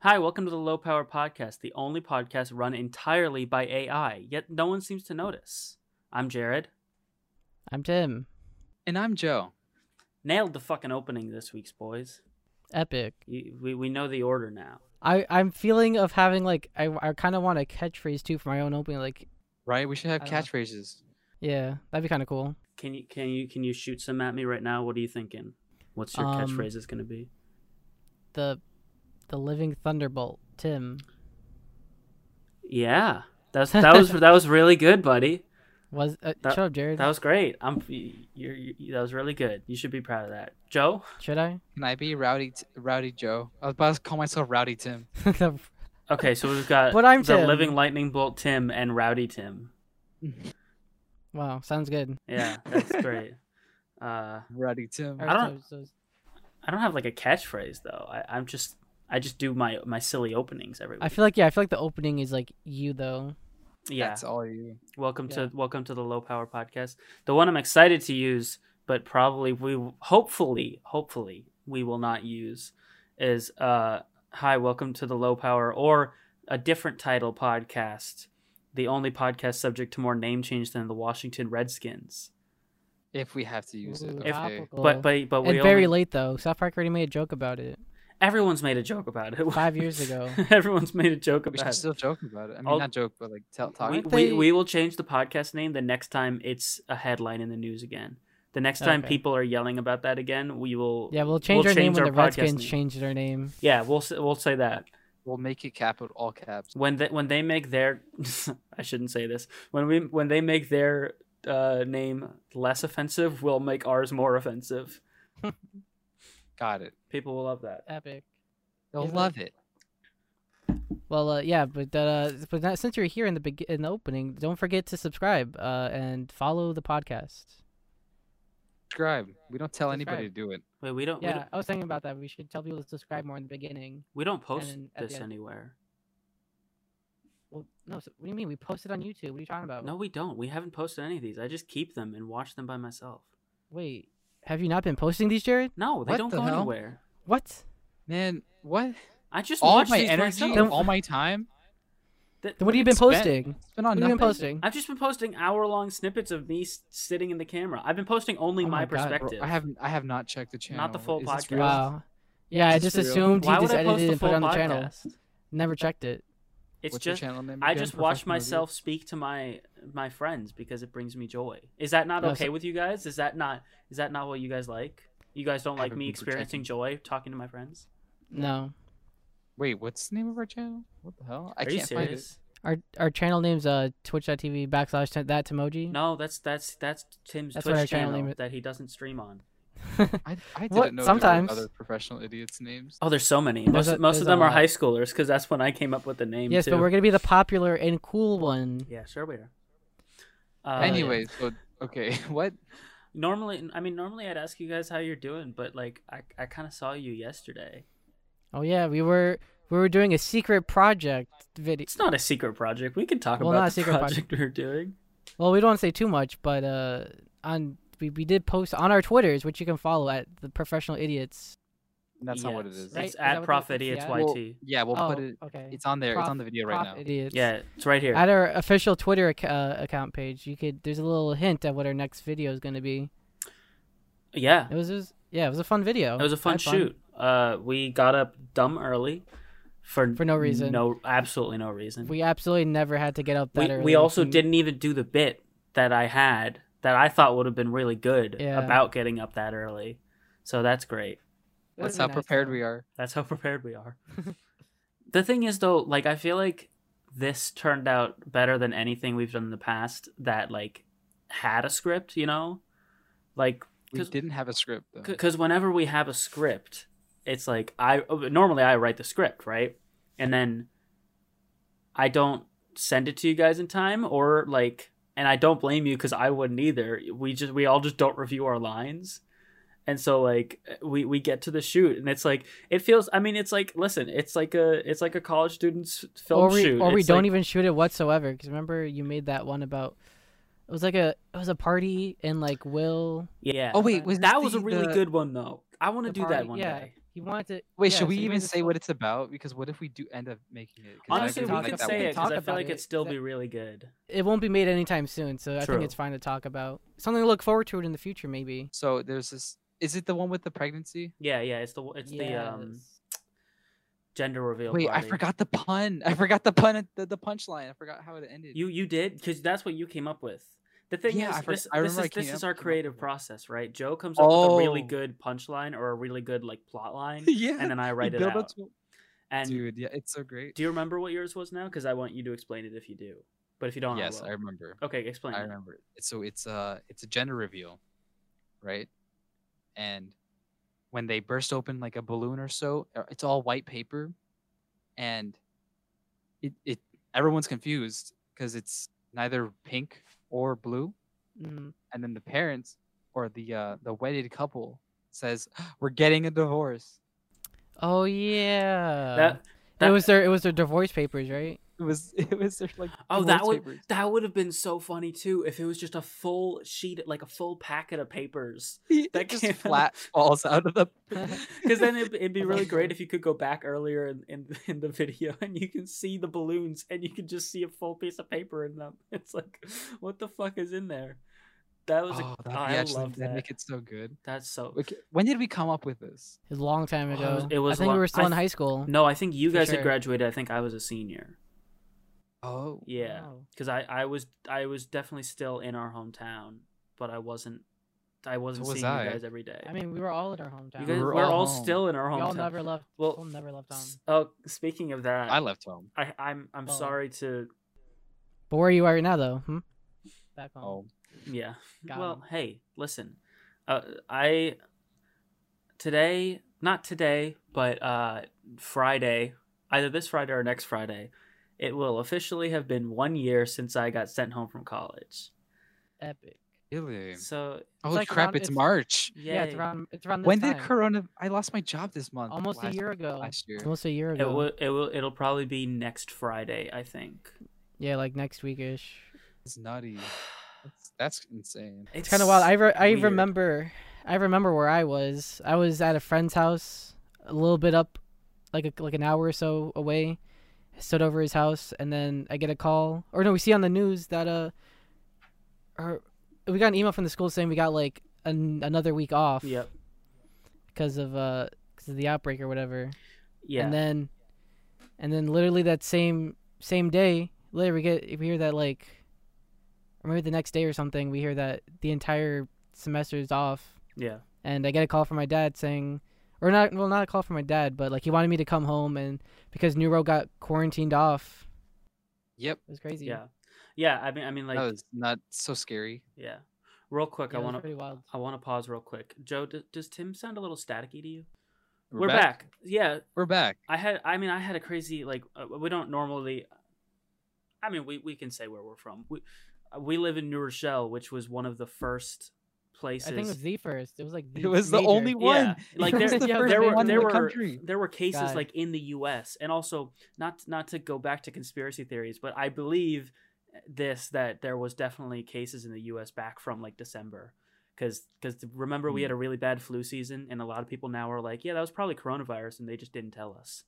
Hi, welcome to the Low Power Podcast, the only podcast run entirely by AI, yet no one seems to notice. I'm Jared. I'm Tim. And I'm Joe. Nailed the fucking opening this week's, boys. Epic. You- We, we know the order now. I I'm feeling of having like I I kind of want a catchphrase too for my own opening. Like Right? We should have Uh-huh. I don't know. catchphrases. yeah, that'd be kind of cool. Can you can you can you shoot some at me right now? What are you thinking? What's your Um, catchphrases going to be? The the living thunderbolt, Tim. Yeah, that's that was that was really good, buddy. Was uh, That- shut up, Jared. That was great. I'm you're, you that was really good. You should be proud of that, Joe. Should I? Can I be Rowdy T- Rowdy Joe? I was about to call myself Rowdy Tim. The- Okay, so we've got But I'm the Tim. living lightning bolt Tim and Rowdy Tim. wow, sounds good. Yeah, that's great. Uh, Rowdy Tim. Alright, don't- so- so- I don't have like a catchphrase though. I, I'm just I just do my my silly openings every week. I feel like yeah, I feel like the opening is like you though. yeah. That's all you. welcome to welcome to the Low Power Podcast. The one I'm excited to use, but probably we hopefully hopefully we will not use is uh hi welcome to the Low Power or a different title podcast. The only podcast subject to more name change than the Washington Redskins. If we have to use it. Ooh, Okay. But but but we and very only- late though. South Park already made a joke about it everyone's made a joke about it. five years ago. everyone's made a joke we about should it. still joke about it. I mean, I'll- not joke, but like tell, talk. we, Aren't we, they- we will change the podcast name the next time it's a headline in the news again. The next time Okay. people are yelling about that again, we will. Yeah, we'll change We'll our change name our when the podcast Redskins name. changed their name. Yeah, we'll s- we'll say that We'll make it capital, all caps. when they, when they make their I shouldn't say this when we when they make their uh, name less offensive, we'll make ours more offensive. Got it. People will love that. Epic. They'll Yeah. love it. Well, uh, yeah, but uh, but that, since you're here in the beg- in the opening, don't forget to subscribe uh, and follow the podcast. Subscribe. We don't tell anybody to Subscribe. do it. Wait, we don't we Yeah, don't, I was thinking about that. We should tell people to subscribe more in the beginning. we don't post then at the this end. anywhere. Well, no, so, what do you mean? We posted on YouTube. What are you talking about? No, we don't. We haven't posted any of these. I just keep them and watch them by myself. wait. Have you not been posting these, Jared? No, they What don't the go hell? anywhere. What? Man, what? I just All watch my these energy, myself. Don't- all my time. Th- Then what have you been Spent- posting? Spent What have on you been nothing. posting? I've just been posting hour long snippets of me s- sitting in the camera. I've been posting only Oh my, my God, bro, Bro, perspective. I haven't. I have not checked the channel. Not the full Is this podcast. real? Wow. Yeah, I Is this just real? assumed Why you would just I post edited the it and put it full on the channel. podcast? Never checked it. It's What's your just channel name I again? just watch Professional myself speak to my my friends because it brings me joy. Is that not No, okay so- with you guys? Is that not is that not what you guys like? You guys don't I like haven't me been experiencing protecting- joy talking to my friends? No, View? Wait, what's the name of our channel? What the hell? I Are can't you find it. serious? our our channel name's uh twitch.tv backslash t- that emoji. No, that's that's that's Tim's That's what our Twitch channel channel name is. that he doesn't stream on. I, I didn't What? know Sometimes. there were other professional idiots' names. Oh, there's so many. Most, There's a- most there's of a them are lot. high schoolers because that's when I came up with the name. Yes, too. but we're gonna be the popular and cool one. Yeah, sure we are. Uh, Anyway, so okay, what? normally, I mean, normally I'd ask you guys how you're doing, but like, I, I kind of saw you yesterday. Oh yeah, we were we were doing a secret project video. It's not a secret project. We can talk Well, about not the a secret project we're doing. Well, we don't want to say too much, but uh, on we, we did post on our Twitters, which you can follow at the professional idiots. That's not what it Yes, is. Right? It's Is that at E what Prof it is? Idiots Yeah. Well, YT. yeah, we'll oh, put it. okay. It's on there. it's Prof- on the video right Prof now. Idiots. Yeah, it's right here. At our official Twitter ac- uh, account page, you could there's a little hint at what our next video is going to be. Yeah, It was, it was yeah, it was a fun video. it was a I fun had shoot. Uh, we got up dumb early for For no reason. No, absolutely no reason. We absolutely never had to get up that we, early. we also didn't even do the bit that I had that I thought would have been really good Yeah. about getting up that early. So that's great. That's how prepared we are. That's how prepared we are. the thing is though, like I feel like this turned out better than anything we've done in the past that like had a script, you know? Like We 'Cause- didn't have a script though. because whenever we have a script it's like i normally i write the script right and then i don't send it to you guys in time or like and i don't blame you because i wouldn't either we just we all just don't review our lines and so like we we get to the shoot and it's like it feels i mean it's like listen it's like a it's like a college student's film or we, shoot Or we It's don't like- even shoot it whatsoever. Because remember, you made that one about it was like a it was a party and like Will yeah oh wait, was that this was the- a really the- good one though i want to do the party- that one yeah. day He wanted to. Wait, yeah, so should we he even wanted to say talk- what it's about? Because what if we do end up making it? 'Cause I Honestly, we feel talk could like that say would- it because I talk feel about like it. it'd still That- be really good. It won't be made anytime soon, so I True. think it's fine to talk about. Something to look forward to in the future, maybe. So there's this. Is it the one with the pregnancy? Yeah, yeah. It's the it's the um Yes. gender reveal. Wait, I party. forgot the pun. I forgot the pun. at The, the punchline. I forgot how it ended. You you did because that's what you came up with. The thing Yeah, is, I for- this, I this remember I is this came is up- our came up creative with it. process, right? Joe comes up with a really Oh. good punchline or a really good like plot line, yeah. and then I you write it build up out. to- And Dude, yeah, it's so great. do you remember what yours was now? Because I want you to explain it if you do. But if you don't, yes, I I will. remember. okay, explain. I it. remember. it. So it's a it's a gender reveal, right? And when they burst open like a balloon or so, uh, it's all white paper, and it it everyone's confused because it's neither pink or blue, Mm. and then the parents or the uh, the wedded couple says we're getting a divorce. Oh yeah. uh That it that- was their it was their divorce papers, right? It was it was their, like Oh, that divorce would- papers. that would have been so funny too if it was just a full sheet, like a full packet of papers. that that just came out. flat falls out of the Because then it'd, it'd be really great if you could go back earlier in, in in the video and you can see the balloons and you can just see a full piece of paper in them. It's like, what the fuck is in there? That was Oh, a, that'd be I actually- love that'd that. make it so good. That's so. Okay, When did we come up with this? It was a long time Oh, it ago. was- it was I think long- we were still I in th- high school. No, I think you For guys sure. had graduated. I think I was a senior. Oh, Yeah, Wow. because I I was I was definitely still in our hometown, but I wasn't. I wasn't was seeing I. we you guys every day. I mean, we were all in our hometown. you we guys, were we're, all all home. still in our we all hometown. never left. um, Well, Well, never left home. S- Oh, speaking of that, I left home. I, I'm I'm Oh. sorry to But where you are now, though? Hmm? Back home. Oh, yeah. Got well, him. hey, listen, uh, I today not today, but uh, Friday, either this Friday or next Friday, it will officially have been one year since I got sent home from college. Epic. really? So Holy like crap! around- It's it's- March. Yeah, it's yay. around. It's around this When time. did Corona? I lost my job this month. Almost a last- year ago. Last year. Almost a year It ago. will. It will. It'll probably be next Friday, I think. Yeah, like next weekish. It's nutty. That's, that's insane. It's kind of wild. I re- I weird. remember I remember where I was. I was at a friend's house, a little bit up, like a, like an hour or so away. I stood over his house, and then I get a call, or no, we see on the news that uh, or we got an email from the school saying we got like an, another week off Yep. because of uh because of the outbreak or whatever. Yeah. And then, and then literally that same same day later we get we hear that like, or maybe the next day or something we hear that the entire semester is off, yeah. and I get a call from my dad saying, or not well not a call from my dad, but like he wanted me to come home and because Neuro got quarantined off, Yep. it was crazy. Yeah. Yeah. I mean. I mean. Like. that was not so scary. Yeah. Real quick, Yeah, it I was want to pretty wild. I want to pause real quick. Joe, d- does Tim sound a little staticky to you? We're, Yeah, We're back. I had. I mean, I had a crazy like. Uh, we don't normally. I mean, we we can say where we're from. We uh, we live in New Rochelle, which was one of the first I places. think it was the first. It was like the It was the major- only one. yeah, like It was there, the yeah, first there were one there in the were country. there were cases God. like in the U.S. and also not not to go back to conspiracy theories, but I believe this that there was definitely cases in the U.S. back from like December because remember we had Hmm. a really bad flu season and a lot of people now are like yeah that was probably coronavirus and they just didn't tell us.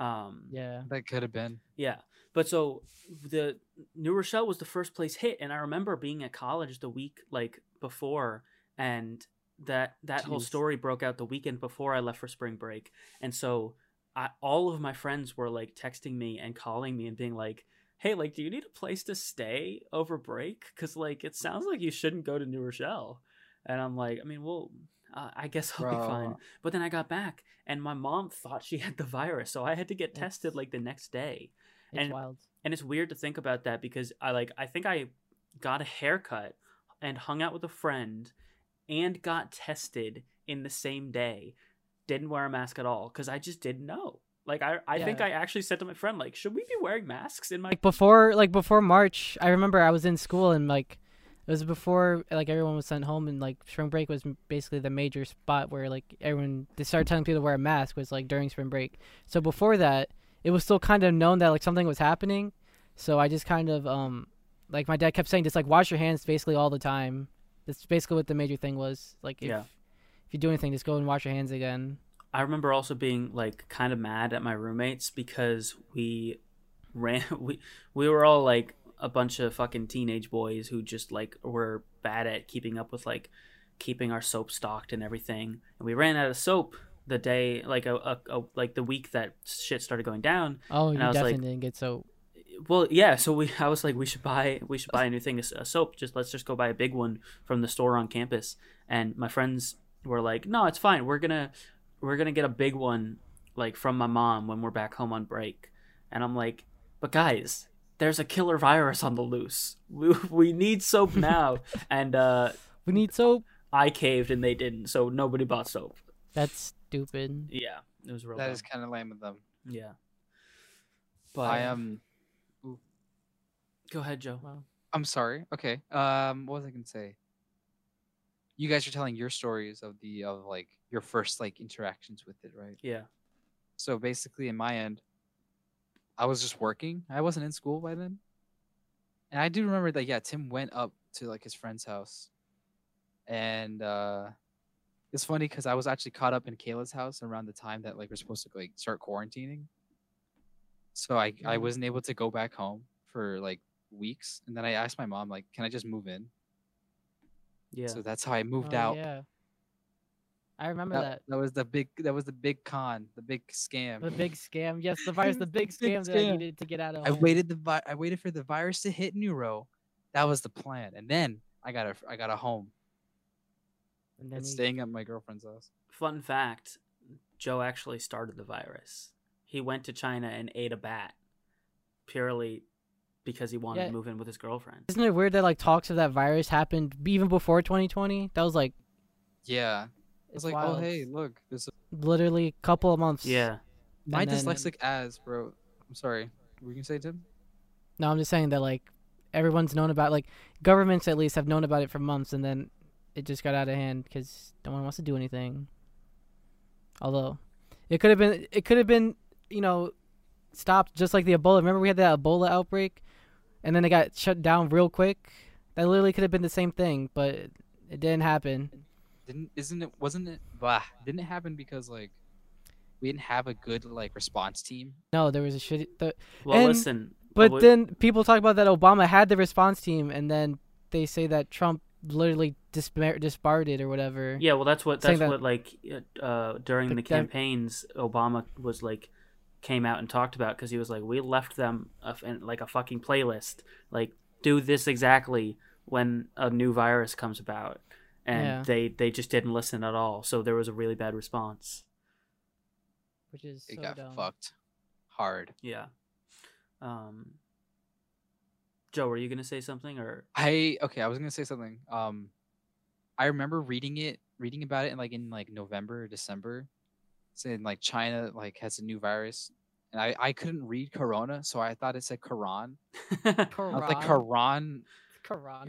Um, Yeah. That could have been. yeah. But so the New Rochelle was the first place hit and I remember being at college the week like before and that that whole Jeez. story broke out the weekend before I left for spring break. And so I, all of my friends were like texting me and calling me and being like, "Hey, like do you need a place to stay over break cuz like it sounds like you shouldn't go to New Rochelle." And I'm like, I mean, well, uh, I guess I'll be Bro. fine. But then I got back and my mom thought she had the virus, so I had to get That's- tested like the next day It's And- wild. and it's weird to think about that because i like i think i got a haircut and hung out with a friend and got tested in the same day didn't wear a mask at all because i just didn't know like i, I think Yeah. i actually said to my friend like should we be wearing masks in my like before like before March, I remember I was in school and like it was before like everyone was sent home and like spring break was m- basically the major spot where like everyone they started telling people to wear a mask was like during spring break. So before that, it was still kind of known that like something was happening. So I just kind of um like my dad kept saying just like wash your hands basically all the time. That's basically what the major thing was. Like if Yeah. if you do anything, just go and wash your hands again. I remember also being like kind of mad at my roommates because we ran we we were all like a bunch of fucking teenage boys who just like were bad at keeping up with like keeping our soap stocked and everything. And we ran out of soap the day like a, a, a like the week that shit started going down. Oh, you I was definitely like- didn't get so. Well, yeah, so we I was like we should buy we should buy a new thing a soap. Just let's just go buy a big one from the store on campus. And my friends were like, "No, it's fine. We're going to we're going to get a big one like from my mom when we're back home on break." And I'm like, "But guys, there's a killer virus on the loose. We, we need soap now." and uh We need soap. I caved and they didn't, so nobody bought soap. That's stupid. Yeah, it was real. That bad. is kind of lame of them. yeah. But I um, am. go ahead, Joe. I'm sorry. Okay. Um, what was I gonna say? You guys are telling your stories of the of like your first like interactions with it, right? Yeah, So basically, in my end, I was just working. I wasn't in school by then. And I do remember that, yeah, Tim went up to like his friend's house. And uh, it's funny because I was actually caught up in Kayla's house around the time that like we're supposed to like start quarantining. So I, I Mm. wasn't able to go back home for like weeks. And then I asked my mom, like, can I just move in? yeah. So that's how I moved Oh, out. Yeah. I remember That, that was the big that was the big con, the big scam. that. The big scam. Yes, the virus. The big Big scam that I scam. needed to get out of. I home. waited the vi- I waited for the virus to hit Neuro. That was the plan, and then I got a I got a home. And then It's you- staying at my girlfriend's house. Fun fact: Joe actually started the virus. He went to China and ate a bat purely because he wanted Yeah. to move in with his girlfriend. Isn't it weird that like talks of that virus happened b- even before 2020? That was like Yeah, I it's was like, wild. oh hey, look, this is literally a couple of months. Yeah, my And then- dyslexic ass, bro. I'm sorry. Were you gonna say Tim? No, I'm just saying that like everyone's known about like governments at least have known about it for months, and then it just got out of hand because no one wants to do anything. Although it could have been, it could have been, you know, stopped just like the Ebola. Remember we had that Ebola outbreak, and then it got shut down real quick. That literally could have been the same thing, but it didn't happen. Didn't isn't it wasn't it? Bah, didn't it happen because like we didn't have a good like response team. No, there was a shit. The, well, And- listen, But we- then people talk about that Obama had the response team, and then they say that Trump literally dispar- disbarred it or whatever. yeah, well, that's what Saying that's that- what like uh, during But the that- campaigns, Obama was like came out and talked about because he was like, we left them a, f- in, like a fucking playlist, like do this exactly when a new virus comes about, and Yeah. they they just didn't listen at all. So there was a really bad response. which is It so got dumb. fucked hard. Yeah. Um. Joe, were you gonna say something or? I okay, I was gonna say something. Um, I remember reading it, reading about it, in like in like November or December, saying like China like has a new virus, and I I couldn't read Corona, so I thought it said Quran. Oh, I was like Quran, Quran.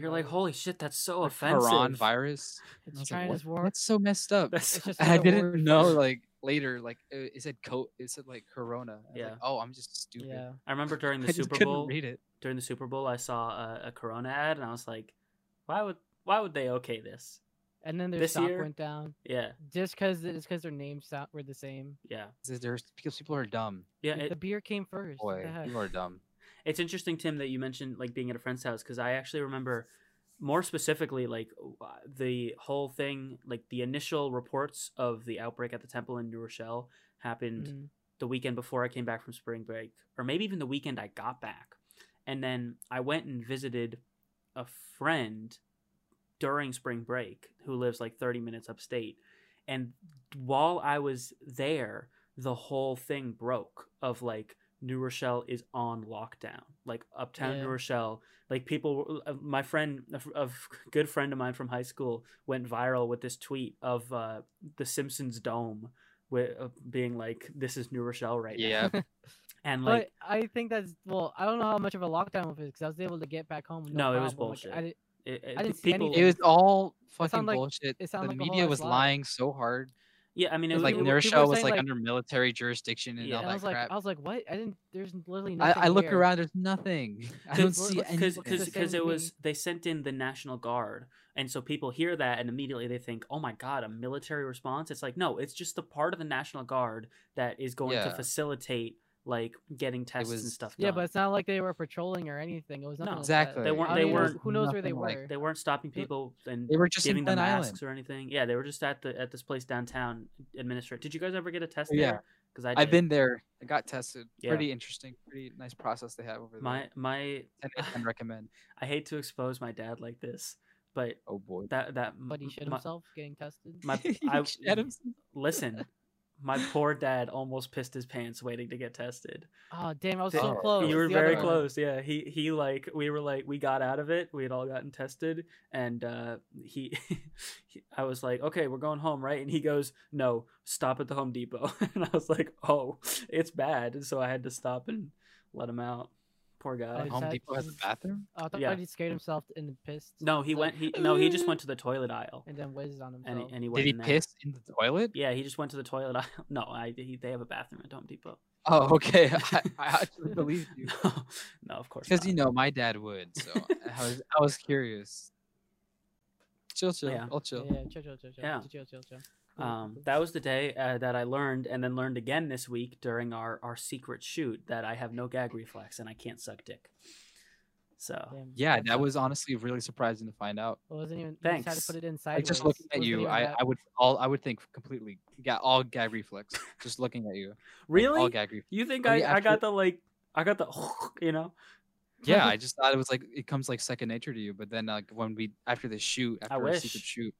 You're like, virus. holy shit, that's so offensive. Quran virus. and It's I was like, China's "What? war. That's so messed up. That's It's just And I another word didn't know for- like later like it, it said co it said like Corona. I was Yeah. like, oh, I'm just stupid. Yeah. I remember during I the just Super couldn't Bowl. read it. During the Super Bowl, I saw a, a Corona ad, and I was like, why would why would they okay this? And then their This stock year- went down Yeah, just because it's because their names sound, were the same. yeah, It's- There's because people are dumb. yeah. Like, the It, beer came first. what Boy, the heck? people are dumb. it's interesting, Tim, that you mentioned like being at a friend's house because I actually remember more specifically like w- uh, the whole thing, like the initial reports of the outbreak at the temple in New Rochelle happened Mm. the weekend before I came back from spring break, or maybe even the weekend I got back. And then I went and visited a friend during spring break who lives like 30 minutes upstate. And while I was there, the whole thing broke of like New Rochelle is on lockdown. Like uptown Yeah. New Rochelle, like people, uh, my friend, a f- a f- good friend of mine from high school went viral with this tweet of uh, the Simpsons Dome with of being like this is New Rochelle right Yeah. now. And But like I think that's well. I don't know how much of a lockdown it was because I was able to get back home. with No, it was problem. Like, bullshit. I did, it, it- I didn't see people anything. It was all fucking sound like- bullshit. it sound the like a whole media ass was lie. lying so hard. Yeah, I mean, it was like people- Nurse people were was saying, like, like- under military jurisdiction and Yeah. all And that I was like, crap. I was like, what? I didn't. There's literally I, nothing. I look here. around. There's nothing. I don't because see because anything. It's the because same it to was me. they sent in the National Guard, and so people hear that and immediately they think, "Oh my God, a military response!" It's like no, it's just the part of the National Guard that is going to Yeah. facilitate like getting tests and was- stuff. Yeah, done. but it's not like they were patrolling or anything. It was No. nothing. like that. Exactly. They weren't- I they don't even know weren't- Who knows where they nothing like were? they weren't stopping people and They were just giving in them Glen masks Island. or anything. Yeah, they were just at the at this place downtown administering. Did you guys ever get a test Yeah. there? Because I I've did. been there. I got tested. Yeah. Pretty interesting. Pretty nice process they have over there. my my. 10 out of 10 recommend. I hate to expose my dad like this, but Oh boy. that that But he shit my- himself getting tested. my- He I- shed himself. Listen, my poor dad almost pissed his pants waiting to get tested. oh damn! I was Th- so Oh, close. you were The other very one. close. Yeah, he he like we were like we got out of it. We had all gotten tested, and uh, he, he, I was like, okay, we're going home, right? And he goes, no, stop at the Home Depot. and I was like, oh, it's bad. And so I had to stop and let him out. Poor guy. Oh, Home Exactly. Depot has a bathroom. Oh, I thought Yeah. he scared himself and pissed. No, he So- went. He no, he just went to the toilet aisle, and then whizzed on himself. and he, and he went. Did he in there. piss in the toilet? Yeah, he just went to the toilet aisle. No, I he, they have a bathroom at Home Depot. Oh, okay. I, I actually believe you. No, no, of course. Because Not. you know, my dad would. So I was, I was curious. Chill, chill. Yeah. I'll chill. Yeah, chill, chill, chill, chill, Yeah. chill, chill, chill. Cool, Um, cool. that was the day uh, that I learned, and then learned again this week during our our secret shoot that I have no gag reflex and I can't suck dick. So Damn. Yeah, that was honestly really surprising to find out. It wasn't even. Thanks. Had to Thanks. put it in Like sideways. just looking at Wasn't you, even I, that- I would all I would think completely got all gag reflex. Just looking at you, all really, gag reflex. you think Oh, I, yeah, I got the like I got the you know Yeah, I just thought it was like it comes like second nature to you. But then like when we after the shoot, after our wish. secret shoot,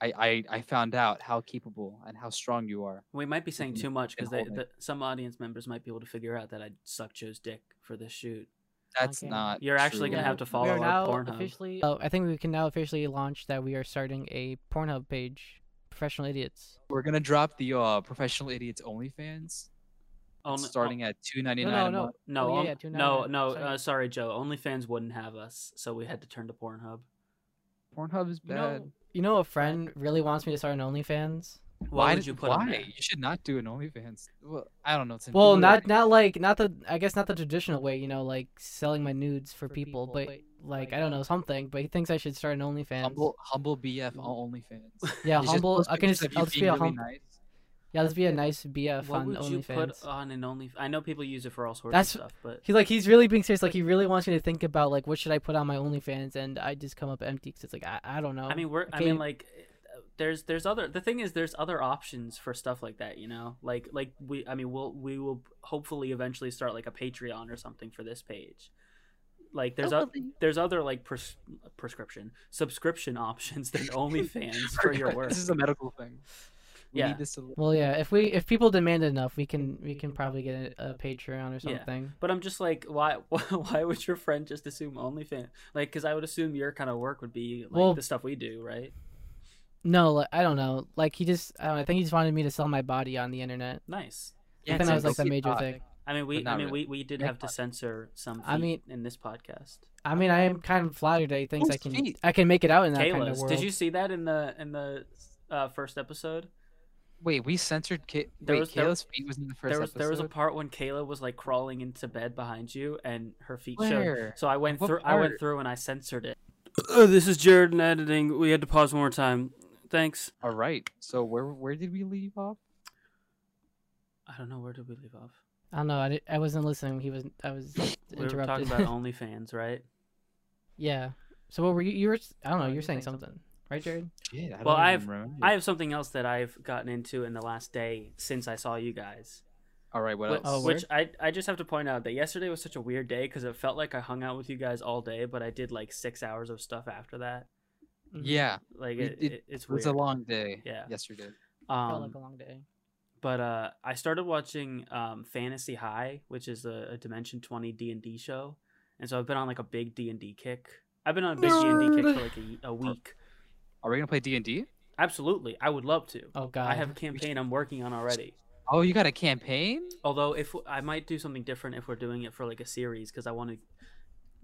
I, I I found out how capable and how strong you are. we might be Mm-hmm. saying too much because hold it. the, some audience members might be able to figure out that I sucked Joe's dick for this shoot. That's Okay. not. Oh You're actually true. gonna have to we follow our are now Pornhub. Officially, oh, I think we can now officially launch that we are starting a Pornhub page, professional idiots. We're gonna drop the uh, professional idiots OnlyFans Only, starting at two ninety No, no, nine. no. no, Oh, yeah, um, yeah, two no, nine- no. sorry. Uh, sorry, Joe. OnlyFans wouldn't have us, so we had to turn to Pornhub. Pornhub is You bad. know, you know, a friend really wants me to start an OnlyFans. Why, would did- you put Why? on there? You should not do an OnlyFans. Well, I don't know. It's Well, weird. not not like not the I guess not the traditional way, you know, like selling my nudes for people, but like I don't know something. But he thinks I should start an OnlyFans. humble, humble BF on OnlyFans. yeah, It's just humble. post I can pictures just of you I'll just be being a really humble. nice. Yeah, let's be a nice BF What on would you OnlyFans. put on an OnlyFans? I know people use it for all sorts That's- of stuff, but He like he's really being serious. Like he really wants me to think about like what should I put on my OnlyFans, and I just come up empty because it's like I, I don't know. I mean, we're. I Okay. mean, like, uh, there's there's other. The thing is, there's other options for stuff like that. You know, like like we. I mean, we'll we will hopefully eventually start like a Patreon or something for this page. Like Oh, there's other there's other like pres- prescription subscription options than OnlyFans for your work. This is a medical thing. We Yeah. need this to well, yeah. If we if people demand it enough, we can we can probably get a, a Patreon or Yeah. something. But I'm just like, why why would your friend just assume OnlyFans? Like, because I would assume your kind of work would be like Well- the stuff we do, right? No, like, I don't know. Like he just I, don't know, I think he just wanted me to sell my body on the internet. Nice. I think it's that was a like the dope major thought. thing. I mean, we But I not mean really. we, we did Yeah. have to censor some. I feet mean- in this podcast, I mean, I am kind of flattered that he thinks I Who's can feet? I can make it out in that kind of Kayla's. world. Did you see that in the in the uh, first episode? Wait, we censored Kay- There Wait, was- there- Kayla's feet was in the first there was episode. there was a part when Kayla was like crawling into bed behind you, and her feet showed. Where? So I went What through. I went part? through and I censored it. Uh, this is Jared in editing. We had to pause one more time. Thanks. All right. So where where did we leave off? I don't know where did we leave off. I don't know. I, di- I wasn't listening. He was I was We were talking interrupted. about OnlyFans, right? yeah. So what were you? You were s- I don't know. Oh, You're you're saying saying something, right, Jared? Shit, I Well, don't I've- even remember. I have something else that I've gotten into in the last day since I saw you guys. All right. What Which, else? Oh, wait. which I, I just have to point out that yesterday was such a weird day because it felt like I hung out with you guys all day, but I did like six hours of stuff after that. Mm-hmm. yeah, Like We it, did- it- it's it was weird. a long day. Yeah. Yesterday. Felt like um, a long day. but uh, I started watching um, Fantasy High, which is a, a Dimension Twenty D and D show, and so I've been on like a big D and D kick. I've been on a big D and D kick for like a, a week. Are we gonna play D and D? Absolutely, I would love to. Oh God. I have a campaign I'm working on already. Oh, you got a campaign? Although if I might do something different if we're doing it for like a series because I want to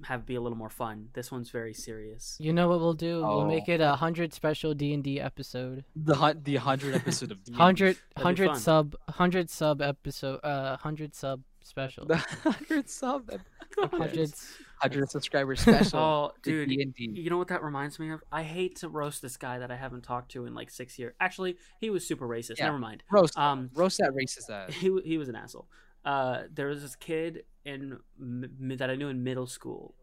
have be a little more fun. This one's very serious. You know what we'll do? Oh. We'll make it a hundred special D and D episode. The hun- the hundred episode of D&D. Hundred be hundred fun. sub hundred sub episode uh hundred sub special. the hundred sub Hundred hundred subscriber special. Oh, to dude, D&D. you know what that reminds me of? I hate to roast this guy that I haven't talked to in like six years. Actually, he was super racist. Yeah. Never mind. roast Um, roast that racist ass. he wa- he was an asshole. Uh, there was this kid in m- m- that I knew in middle school,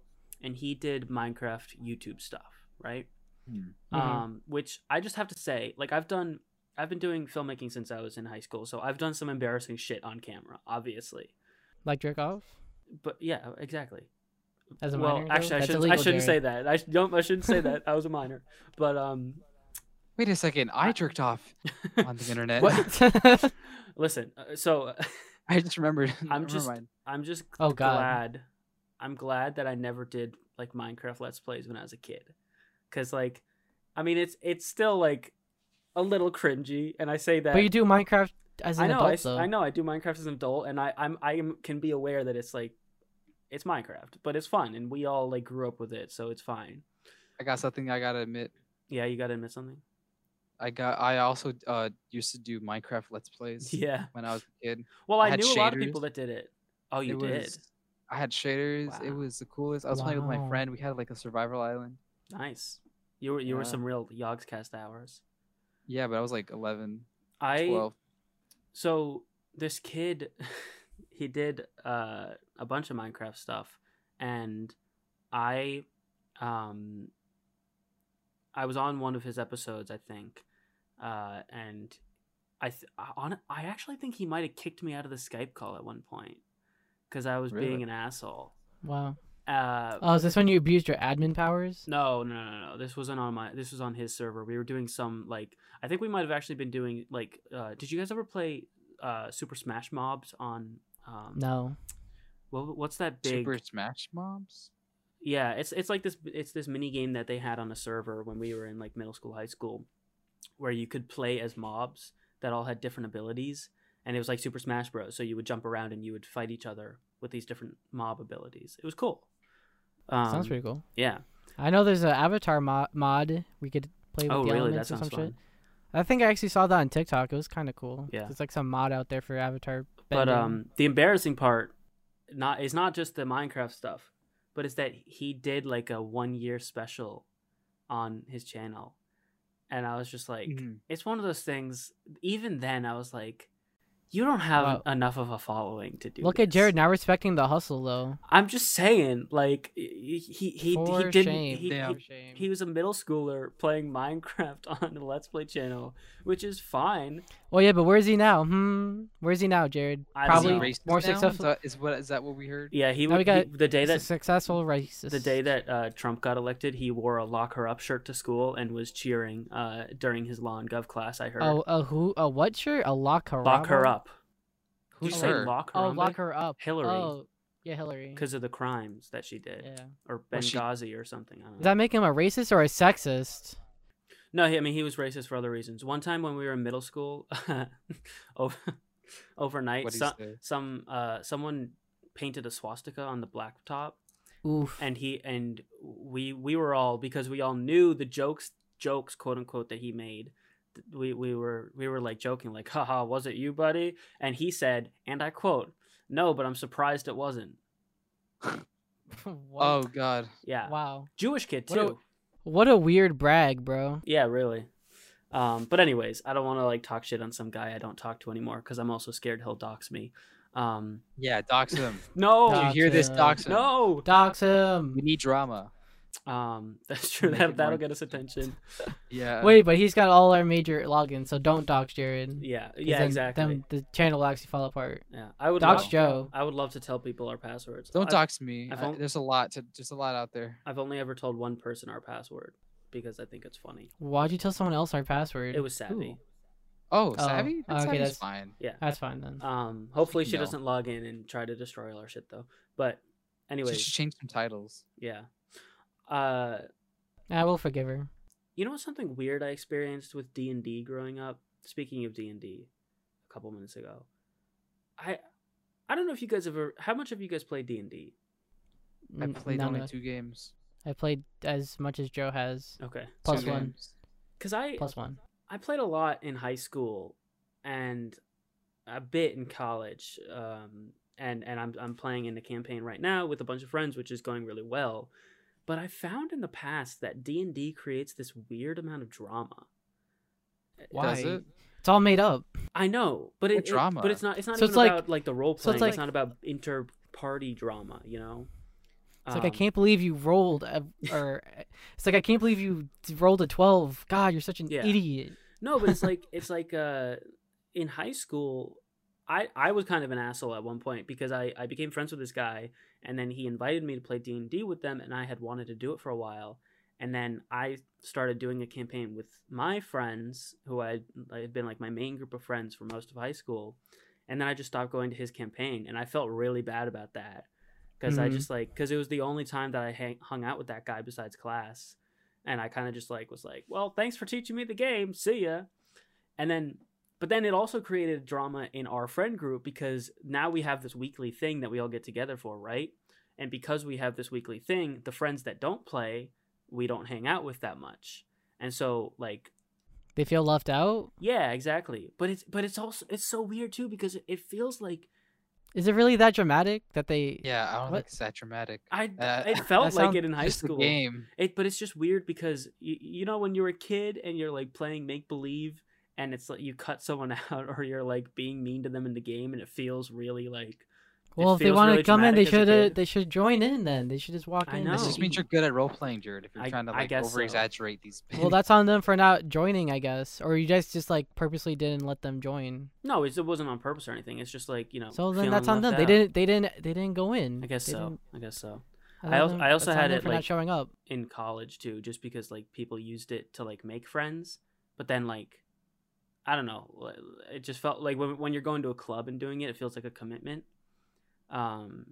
and he did Minecraft YouTube stuff, right? Mhm. um, which I just have to say, like I've done, I've been doing filmmaking since I was in high school, so I've done some embarrassing shit on camera, obviously. like jerk off But yeah, exactly. as a well, minor. actually, I shouldn't. I shouldn't say that. I sh- don't. I shouldn't say that. I was a minor, but um, Wait a second, I jerked off on the internet. What? listen. uh, So I just remembered. I'm Never just- mind. I'm just Oh, God. glad. I'm glad that I never did like Minecraft Let's Plays when I was a kid, because like, I mean, it's it's still like a little cringy, and I say that. but you do Minecraft as an I know, I adult s- though. I, know, I do Minecraft as an adult, and I, I'm, I am, can be aware that it's like, it's Minecraft, but it's fun, and we all like grew up with it, so it's fine. I got something I gotta admit. Yeah, you gotta admit something. I got. I also uh used to do Minecraft Let's Plays Yeah. when I was a kid. Well, I I, had knew a lot of shaders. people that did it. Oh, you it did. was. I had shaders. It Wow. was the coolest. I was playing with my Wow. friend. We had like a survival island. Nice. You were, you were Yeah. some real Yogscast hours. Yeah, but I was like 11, I 12. so this kid he did uh, a bunch of minecraft stuff and i um i was on one of his episodes i think uh and i th- I- on i actually think he might have kicked me out of the skype call at one point because i was being Really? an asshole Wow. uh Oh, is this when you abused your admin powers? no, no, no, no. This wasn't on my. This was on his server. We were doing some like. I think we might have actually been doing like. Uh, did you guys ever play uh, Super Smash Mobs on? Um, No. What, what's that big? Super Smash Mobs. Yeah, it's it's like this. It's this mini game that they had on a server when we were in like middle school, high school, where you could play as mobs that all had different abilities, and it was like Super Smash Bros. So you would jump around and you would fight each other with these different mob abilities. It was cool. Um, sounds pretty cool. Yeah. I know there's an avatar mo- mod we could play with Oh, the really? That elements or some sounds fun. shit. I think I actually saw that on TikTok. It was kind of cool. Yeah. There's like some mod out there for avatar. But bending. um, the embarrassing part, not is not just the Minecraft stuff, but it's that he did like a one year special on his channel, and I was just like, Mm-hmm. Mhm. it's one of those things. Even then, I was like, you don't have Wow. enough of a following to do. look at this." Jared now respecting the hustle though. I'm just saying, like he he he, For he didn't. shame. He, Damn. he, he was a middle schooler playing Minecraft on the Let's Play channel, which is fine. Well, yeah, but where's he now? Hmm. Where's he now, Jared? I don't Probably know. Is he more racist now? successful. Is that- Is what is that what we heard? Yeah, he, Now we would he got- the day He's a that successful racist. the day that uh, Trump got elected, he wore a lock her up shirt to school and was cheering uh, during his law and gov class. I heard Oh, a who? A what shirt? A lock her. lock her up. Did Who's you say her? lock her Oh, up? lock her up. Hillary. Oh, yeah, Hillary. because of the crimes that she did, yeah. or Well, she- Benghazi or something. I don't know. Does that make him a racist or a sexist? No, he- I mean he was racist for other reasons. One time when we were in middle school, over, overnight, What'd he some say? some uh, someone painted a swastika on the blacktop, Oof. and he and we we were all because we all knew the jokes jokes quote unquote that he made th- we we were we were like joking like haha was it you buddy and he said and i quote no but i'm surprised it wasn't What? Oh God. yeah Wow. jewish kid too What a- What a weird brag, bro. yeah really um but anyways i don't want to like talk shit on some guy i don't talk to anymore because i'm also scared he'll dox me um Yeah, dox him. no Did you hear this, Dox dox him? no Dox We him. need drama. um that's true Make that, it that'll more- get us attention Yeah. Wait, but he's got all our major logins, so don't dox Jared. 'Cause yeah yeah then, exactly Then the channel will actually fall apart. yeah i would Dox love- Joe. I would love to tell people our passwords. Don't I've, dox me. I've I- only- there's a lot to there's a lot out there. I've only ever told one person our password because I think it's funny. Why'd you tell someone else our password? It was savvy. Oh, Oh, savvy? That's okay, savvy's that's- fine. That's fine then. Um, hopefully she No. doesn't log in and try to destroy all our shit though. But Anyways. Just anyways, change some titles. yeah. Uh, I will forgive her. you know what's something weird I experienced with D and D growing up. Speaking of D and D, a couple minutes ago, I I don't know if you guys ever. How much have you guys played D and D? I N- played none only of- two games. I played as much as Joe has. Okay. Plus Two one. games. Because I Plus one. I played a lot in high school and a bit in college. Um, and and I'm I'm playing in the campaign right now with a bunch of friends, which is going really well. But I found in the past that D and D creates this weird amount of drama. Uh, Why? Does it? It's all made up. I know, but What it, it- drama? but it's not. It's not So even it's like- about like the role so playing. it's it's, like- not about inter party drama. You know. It's like I Um, can't believe you rolled a, or it's like I can't believe you d- rolled a twelve. God, you're such an Yeah. idiot. No, but it's like it's like uh in high school I I was kind of an asshole at one point because I I became friends with this guy and then he invited me to play D&D with them and I had wanted to do it for a while and then I started doing a campaign with my friends who I I had been like my main group of friends for most of high school and then I just stopped going to his campaign and I felt really bad about that because I Mhm. just like because it was the only time that I hang, hung out with that guy besides class and I kind of just like was like, well, thanks for teaching me the game. See ya. And then, but then it also created drama in our friend group because now we have this weekly thing that we all get together for, right? And because we have this weekly thing, the friends that don't play, we don't hang out with that much. And so, like, They feel left out. yeah, exactly. But it's but it's also it's so weird too because it- it feels like Is it really that dramatic that they? Yeah, I don't What? think it's that dramatic. I Uh, it felt that like sound- it in high Just the school. game. It, but it's just weird because you, you know when you're a kid and you're like playing make believe and it's like you cut someone out or you're like being mean to them in the game and it feels really like Well, if they feels want to really come in, they dramatic as should a have. kid. They should join in. Then they should just walk I in. know. This No. just means you're good at role playing, Jared. If you're I- trying to I like guess so. over exaggerate these. Well, that's on them for not joining, I guess. Or you guys just like purposely didn't let them join. no it's, it wasn't on purpose or anything it's just like you know So then feeling that's on them. left They out. didn't. They didn't. They didn't go in. I guess They so didn't- I guess so that's I on also- them- I also that's on had them it, for like- not showing up. in college too just because like people used it to like make friends but then like I don't know it just felt like when when you're going to a club and doing it it feels like a commitment um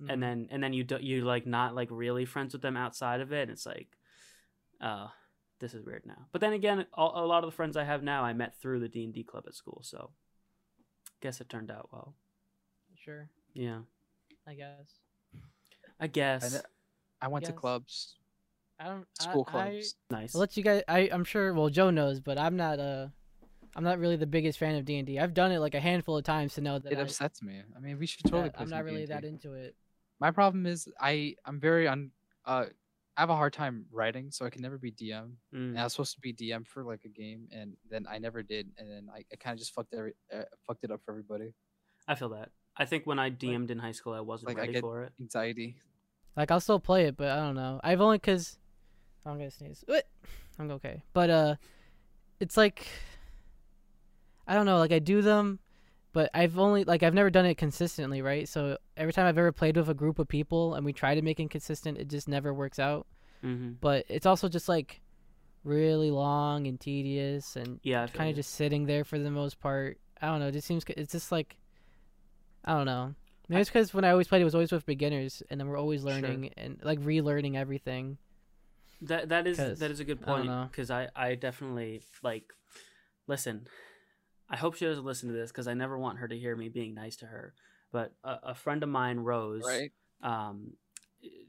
Mm, and then and then you do, you like not like really friends with them outside of it and it's like uh this is weird now but then again a, a lot of the friends i have now i met through the d&d club at school so guess it turned out well sure, yeah I guess. i guess kn- I went to Yes. clubs, I don't. school I, clubs. nice will let you guys. I, I'm sure. Well, Joe knows, but I'm not. Uh, I'm not really the biggest fan of D and I've done it like a handful of times to know that it I, upsets me. I mean, we should totally. that play I'm some not really D&D. that into it. My problem is I I'm very un uh I have a hard time writing, so I can never be DM. Mm. Mm-hmm. And I was supposed to be DM for like a game, and then I never did, and then I, I kind of just fucked every uh, fucked it up for everybody. i feel that i think when i dm'd in high school i wasn't like, I ready get- for it Anxiety. Like I'll still play it, but I don't know. I've only cause oh, I'm gonna sneeze. What? I'm okay. But uh, it's like I don't know. Like I do them, but I've only like I've never done it consistently, right? So every time I've ever played with a group of people and we try to make it consistent, it just never works out. mm-hmm. But it's also just like really long and tedious and yeah I feel kind you. of just sitting there for the most part. I don't know. It just seems it's just like I don't know. Maybe it's because when I always played, it was always with beginners, and then we're always Sure. learning and like relearning everything. That that is 'Cause, that is a good I don't point know. because I I definitely like listen. I hope she doesn't listen to this because I never want her to hear me being nice to her. But a, a friend of mine, Rose, Right. um,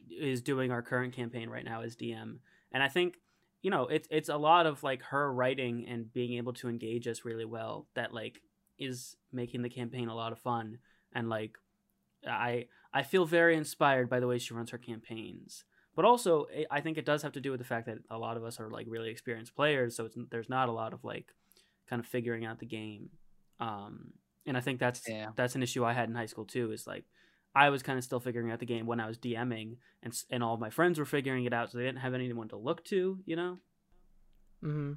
is doing our current campaign right now as DM, and I think you know it's it's a lot of like her writing and being able to engage us really well that like is making the campaign a lot of fun and like I I feel very inspired by the way she runs her campaigns. But also, i I think it does have to do with the fact that a lot of us are like really experienced players, so it's, there's not a lot of like kind of figuring out the game. Um, and I think that's Yeah. that's an issue I had in high school too. Is like I was kind of still figuring out the game when I was DMing, and s- and all of my friends were figuring it out, so they didn't have anyone to look to. You know, hmm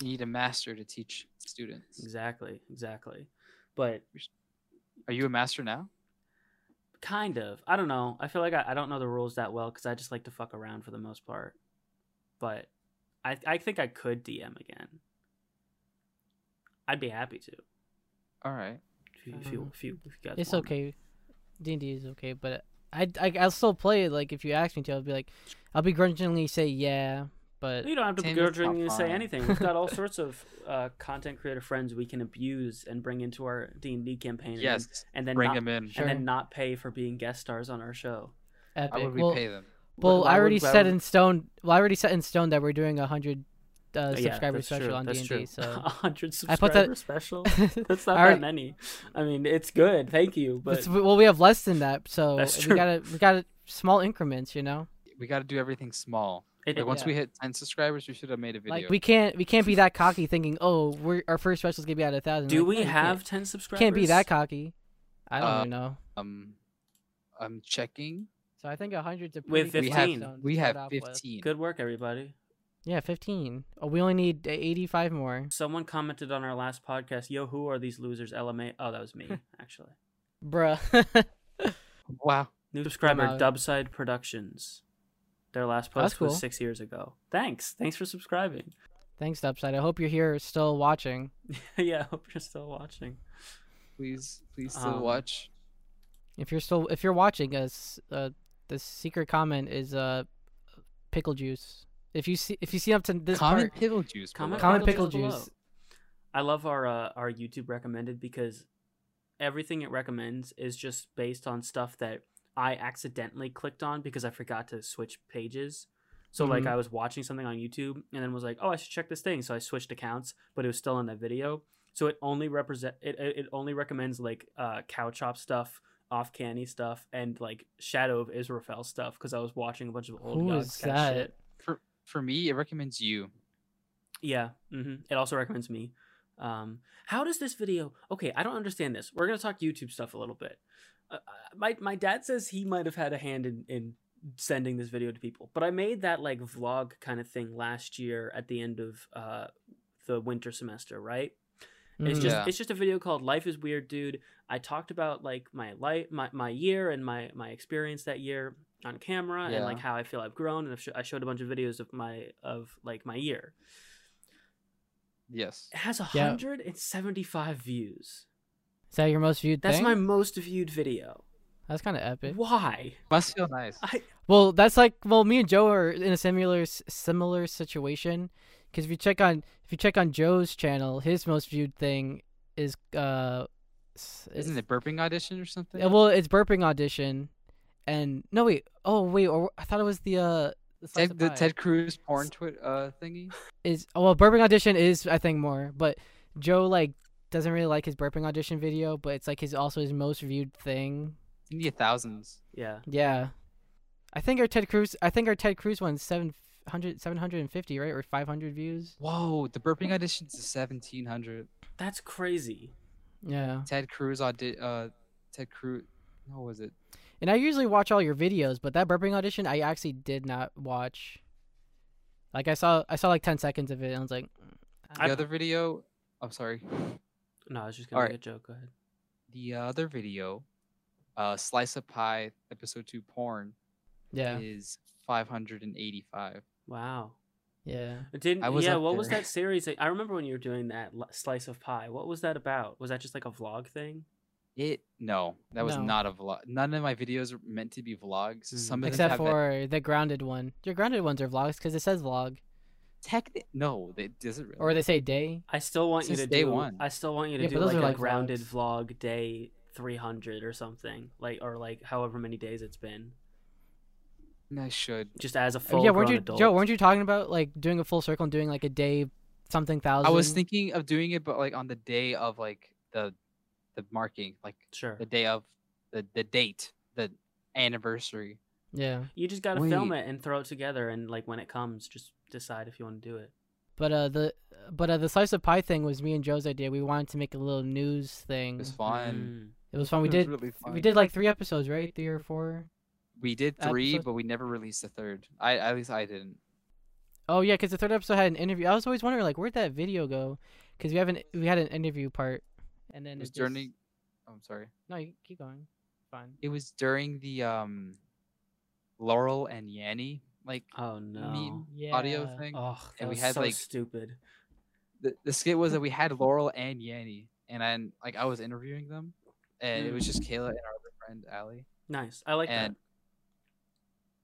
You need a master to teach students. exactly, exactly. But Are you a master now? kind of, I don't know. I feel like I, I don't know the rules that well because I just like to fuck around for the most part. But I I think I could DM again. I'd be happy to. All right. If you, if you, Um, if you, if you guys It's want. okay. D and D is okay, but I, I I'll still play it. Like if you ask me to, I'll be like, I'll begrudgingly say yeah, but You don't have to Tim, go it's not drinking and say fine. anything. We've got all sorts of uh, content creator friends we can abuse and bring into our D and D campaign. and- Yes. and then Bring not, him in. Sure. and then not pay for being guest stars on our show. epic. How would we well, pay them? well, Why I would- already why set would- in stone. Well, I already set in stone that we're doing a hundred uh, Yeah, subscriber that's special true, on D that's and true. D. So 100 I subscriber put that- special. That's not I already- that many. I mean, it's good. Thank you, but It's- well, we have less than that, so That's we true. gotta we gotta small increments, you know. We got to do everything small. it, Like once yeah. we hit 10 subscribers, we should have made a video. Like we can't we can't be that cocky thinking, oh, we're our first special's gonna be at a thousand. do Like, we no, you can't. have 10 subscribers? Can't be that cocky. I don't Uh, even know. um, I'm checking. So I think a hundred's a We have pretty good 15. milestone to We start have off with. 15. Good work, everybody. Yeah, fifteen. Oh, we only need eighty five more. Someone commented on our last podcast, "Yo, who are these losers?" LMA. Oh, that was me actually. Bruh. Wow. New subscriber, out. Dubside Productions. Their last That's post was cool. six years ago. Thanks. Thanks for subscribing. Thanks, Dubside. I hope you're here still watching. yeah, I hope you're still watching. Please, please still Um, watch. If you're still if you're watching us, uh, the secret comment is uh, pickle juice. If you see if you see up to this Common part, pickle juice. Comment, below. Common pickle below. juice. I love our uh, our YouTube recommended because everything it recommends is just based on stuff that I accidentally clicked on because I forgot to switch pages. So like Mhm. I was watching something on YouTube and then was like, "Oh, I should check this thing." So I switched accounts, but it was still in that video. So it only represent it it it only recommends like uh cow chop stuff, off canny stuff and like Shadow of Israfel stuff cuz I was watching a bunch of old Who Yogg's is cat that? shit. For, for me, it recommends you. Yeah. hmm It also recommends me. Um, how does this video? Okay, I don't understand this. We're gonna talk YouTube stuff a little bit. Uh, uh, my my dad says he might have had a hand in in sending this video to people, but I made that like vlog kind of thing last year at the end of uh, the winter semester, right? And It's Mhm. just Mm, Yeah. it's just a video called "Life Is Weird, Dude." I talked about like my life, my my year, and my my experience that year on camera, Yeah. and like how I feel I've grown. And I've sho- I showed a bunch of videos of my of like my year. Yes. It has Yeah. 175 views. is that your most viewed That's thing? my most viewed video. That's kind of epic. Why? Must feel nice. I Well, that's like well, me and Joe are in a similar s- similar situation because if you check on if you check on Joe's channel, his most viewed thing is uh, s- is- Isn't it burping audition or something? Yeah, well, it's burping audition, and no wait, oh wait, or I thought it was the uh the Slice Ted, of the Pie. Ted Cruz porn twit uh thingy. is oh, well burping audition is I think more, but Joe like doesn't really like his burping audition video, but it's like his also his most viewed thing. You need thousands. yeah. Yeah, I think our Ted Cruz I think our Ted Cruz one's 700, 750, right or five hundred views. Whoa, the burping audition's is seventeen hundred. That's crazy. Yeah, Ted Cruz audi- uh Ted Cruz no was it? and I usually watch all your videos, but that burping audition I actually did not watch. Like I saw I saw like ten seconds of it, and I was like, The I- other video I'm sorry. No, I was just gonna Alright. make a joke. Go ahead. The other video, uh Slice of Pie episode two porn yeah, is five hundred and eighty five. Wow. yeah. It didn't. I was yeah. up What was there. that series? that- I remember when you were doing that li- slice of pie. What was that about? Was that just like a vlog thing? It no, that was No. Mm-hmm. not a vlog. None of my videos are meant to be vlogs. Mm. Some of them Except have that- for the grounded one. Your grounded ones are vlogs because it says vlog, techni- no, it doesn't really. or they say day. I still want you Since to day do. one. I still want you to Yeah, do but those like a are like rounded vlogs. vlog day 300 or something, like or like however many days it's been, I should. just as a Oh full yeah, weren't grown you adult. Joe? Weren't you talking about like doing a full circle and doing like a day something thousand? I was thinking of doing it, but like on the day of like the the marking, like Sure. the day of the the date, the anniversary. Yeah, You just gotta film Wait. it and throw it together, and like when it comes, just decide if you want to do it. but uh the but uh the slice of pie thing was me and Joe's idea. We wanted to make a little news It thing. was fun. Mm. Mm-hmm. It was fun. We It was did really we fun. did like three episodes, right? Three or four. We did three, episode- but we never released the third. I at least I didn't. Oh yeah, because the third episode had an interview. I was always wondering like where'd that video go? Because we haven't we had an interview part, and then It it was just... during. oh, I'm sorry. No, you keep going. Fine. It was during the um, Laurel and Yanny like Oh no. meme Yeah. audio thing. Oh, that And we was had, so like- stupid. the, the skit was that we had Laurel and Yanny, and then like I was interviewing them, and it Mm. was just Kayla and our other friend Allie. Nice. I like and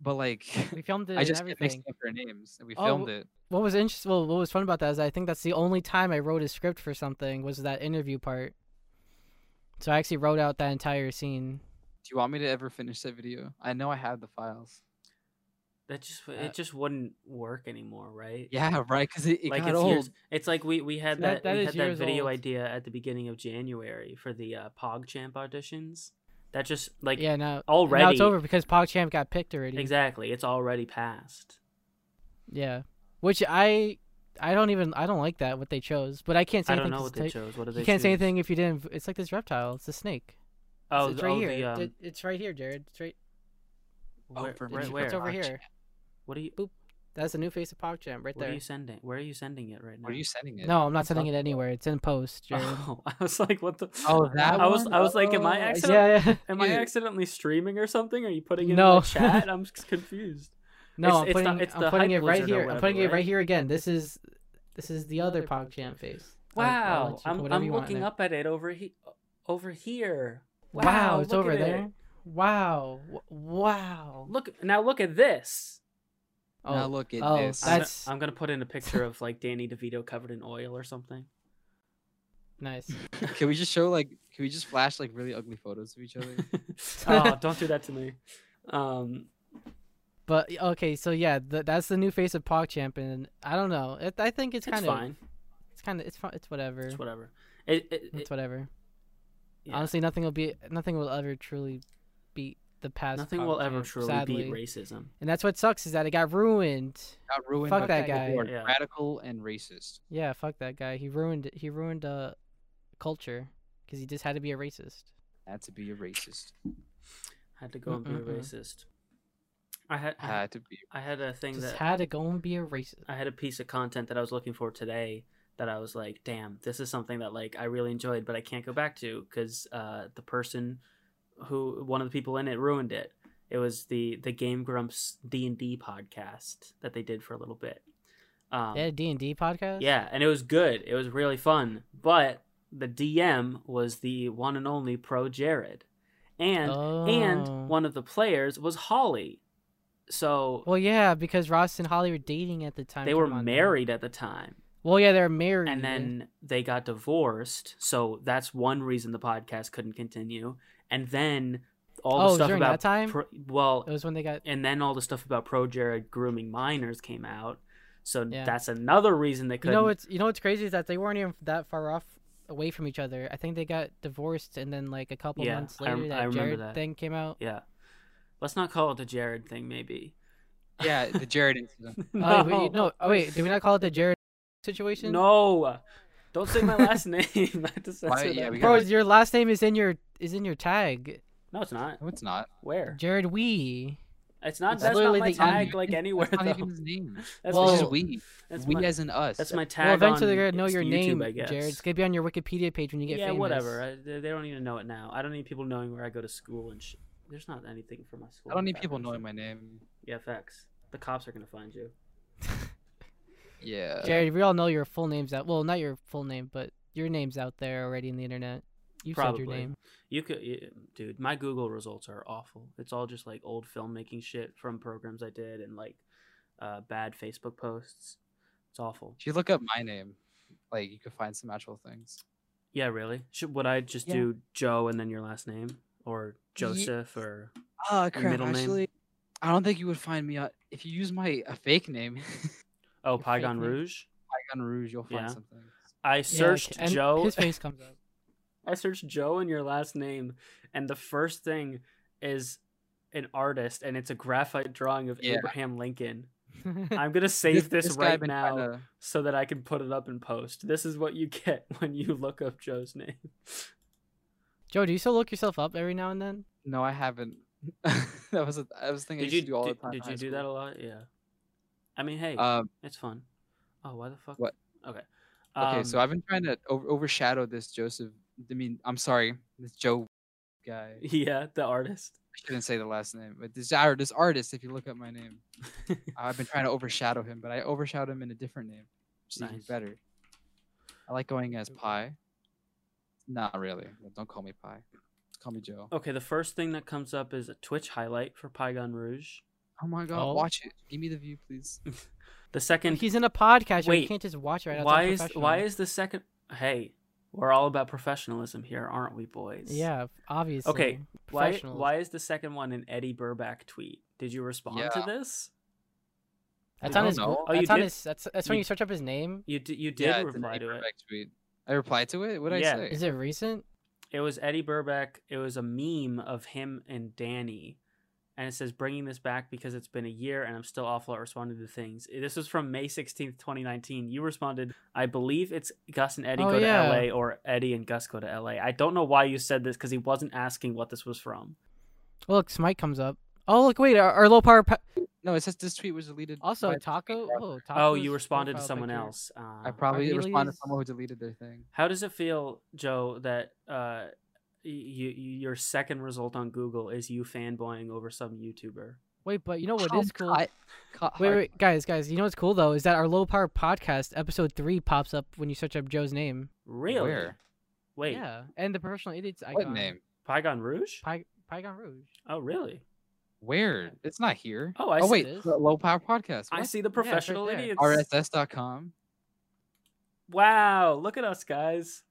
but like We filmed it. I just and kept everything. mixing up their names, and we Oh, filmed it. what was interesting well, what was fun about that is I think that's the only time I wrote a script for something was that interview part. So I actually wrote out that entire scene. Do you want me to ever finish that video? I know I have the files. That just Uh, it just wouldn't work anymore, right? Yeah, right. Because it, it like got it's old. years, it's like we we had that, That- that we is had that years video old. idea at the beginning of January for the uh, PogChamp auditions. That just like yeah, now already now it's over because PogChamp got picked already. Exactly, it's already passed. Yeah, which I I don't even I don't like that what they chose, but I can't say I don't anything know 'cause what it's they ta- chose. What did You they can't say choose? anything if you didn't. It's like this reptile. It's a snake. Oh, it's the- right oh, here. the, um, It- it's right here, Jared. It's right. Oh, where, for where, me, where? It's over PogChamp. here. What are you? That's the new face of PogChamp right What are there. you sending? Where are you sending it right now? Where are you sending it? No, I'm not It's sending up. it anywhere. It's in post, Jared. Oh, I was like, what the? Oh, that I was, one? I was like, am I Oh, I accidentally, yeah, yeah. am I see it. accidentally streaming or something? Are you putting it in No. the chat? I'm s- confused. No, It's- I'm it's the- it's putting the I'm putting hype it right lizard or here. I'm putting whatever, it right? right here again. This is this is the other PogChamp face. I'll- I'll let Wow, you put I'm, whatever I'm you want in looking there. up at it over he, over here. Wow, it's look over at it. there. Wow, w- wow. Look now, look at this. Oh, now look at oh, this. I'm gonna- That's- I'm gonna put in a picture of like Danny DeVito covered in oil or something. nice. can we just show like? Can we just flash like really ugly photos of each other? oh, don't do that to me. Um, But okay, so yeah, th- that's the new face of PogChamp, and I don't know. It, I think it's it's kind of fine. it's kind of it's fine. It's whatever. It's whatever. It, it, it- It's whatever. yeah. Honestly, nothing will be nothing will ever truly beat the past. nothing will ever PogChamp, truly sadly. beat racism. And that's what sucks is that it got ruined. Got ruined Fuck by that people who guy. are Yeah. Radical and racist. Yeah, fuck that guy. He ruined it. He ruined uh, culture because he just had to be a racist. Had to be a racist. Had to go and be a Mm-mm-mm. racist. I had I Had to be. I had a thing Just that had to go and be a racist. I had a piece of content that I was looking for today that I was like, damn, this is something that like I really enjoyed, but I can't go back to because uh, the person who one of the people in it ruined it. It was the the Game Grumps D and D podcast that they did for a little bit. Um, They had a D and D podcast. yeah, and it was good. It was really fun. But the DM was the one and only Pro Jared, and Oh. and one of the players was Holly. So Well, yeah, because Ross and Holly were dating at the time. they were come on now. married at the time. Well, yeah, they were married. and then they got divorced so that's one reason the podcast couldn't continue and then all Oh, it the was stuff during about that time? pro- well it was when they got and then all the stuff about pro jared grooming minors came out so Yeah. that's another reason they You couldn't know what's you know what's crazy is that they weren't even that far off away from each other. I think they got divorced, and then like a couple Yeah, months I rem- later, I that remember Jared that. thing came out. yeah let's not call it the jared thing maybe Yeah, the Jared incident. Oh, wait, wait, no, oh, wait, do we not call it the Jared situation? no don't say my last name I had to Why- censor yeah, that. we bro, gotta- your last name is in your is in your tag, no it's not No, it's not. where Jared Wee. it's not It's that's not literally my the- tag like anywhere That's not though even his name. that's, Well, It's my, just we. that's we my- as in us. that's my tag Well, eventually on they're gonna know your YouTube, name, I guess. Jared. It's gonna be on your Wikipedia page when you get yeah, famous. whatever. I, they they don't need to know it now. I don't need people knowing where I go to school and shit. There's not anything for my school. I don't need back people then, knowing so- my name. Yeah, facts. The cops are gonna find you. Yeah. Jared, we all know your full name's out. Well, not your full name, but your name's out there already in the internet. You said your Probably. name. You could, you, dude. My Google results are awful. It's all just like old filmmaking shit from programs I did and like uh, bad Facebook posts. It's awful. If you look up my name, like you could find some actual things. Yeah, really. Should would I just Yeah. do Joe and then your last name or Joseph or? Oh crap! middle name? actually, I don't think you would find me on if you use my a fake name, Oh, Your fake Pygon name. Rouge. Icon Rouge. You'll find Yeah. something. I Yeah, searched and Joe. His face comes up. I searched Joe and your last name, and the first thing is an artist, and it's a graphite drawing of Yeah. Abraham Lincoln. I'm gonna save this, guy right been now trying to- so that I can put it up and post. This is what you get when you look up Joe's name. Joe, do you still look yourself up every now and then? No, I haven't. that was a, I was thinking. Did I you used to do all did, the time. in did high you do that a school. lot? Yeah. I mean, hey, Um, it's fun. Oh, why the fuck? What? Okay. Uh, okay, so Um, I've been trying to over- overshadow this Joseph. I mean, I'm sorry, this Joe guy. I yeah, the artist. shouldn't say the last name, but this art, this artist. If you look up my name, I've been trying to overshadow him, but I overshadowed him in a different name, which is even Nice. better. I like going as Okay. Pie. Not really. Don't call me Pie. Call me Joe. Oh. okay, the first thing that comes up is a Twitch highlight for Pygon Rouge. Oh my God! Oh. Watch it. Give me the view, please. The second He's in a podcast. Joe. You Wait, can't just watch it right now. It's why is unprofessional. why is the second hey We're all about professionalism here, aren't we, boys? Yeah, obviously. Okay, Why, Professionals. why is the second one an Eddie Burback tweet? Did you respond to Yeah. this? That's I on don't his. know. Oh, you that's on did? his. That's that's when You- you search up his name. You d- you did yeah, it's an reply to it. Apex tweet. I replied to it. What did Yeah. I say? Is it recent? It was Eddie Burback. It was a meme of him and Danny. And it says, bringing this back because it's been a year and I'm still awful at responding to things. This was from May 16th, 2019. You responded, I believe it's Gus and Eddie Oh, go yeah. to LA or Eddie and Gus go to LA. I don't know why you said this because he wasn't asking what this was from. Oh, look, Smite comes up. Oh, look, wait, our, our low power. Pa- No, it says this tweet was deleted. also, by- Taco. Oh, Taco's oh, you responded to profile someone picture. else. Uh, I probably Are responded Healy's- to someone who deleted their thing. How does it feel, Joe, that uh, you, your second result on Google is you fanboying over some YouTuber? Wait, but you know what Oh, is cool? cut. Cut Wait, hard. wait, guys, guys. You know what's cool though is that our low power podcast episode three pops up when you search up Joe's name. Really? Where? Wait, Yeah, and the professional idiots icon. What name? Pygon Rouge? Pi- Pygon Rouge. Oh, really? Where? It's not here. Oh, I oh see wait, this. the Low Power Podcast. I What? see the right professional there. idiots. RSS.com. Wow, look at us guys.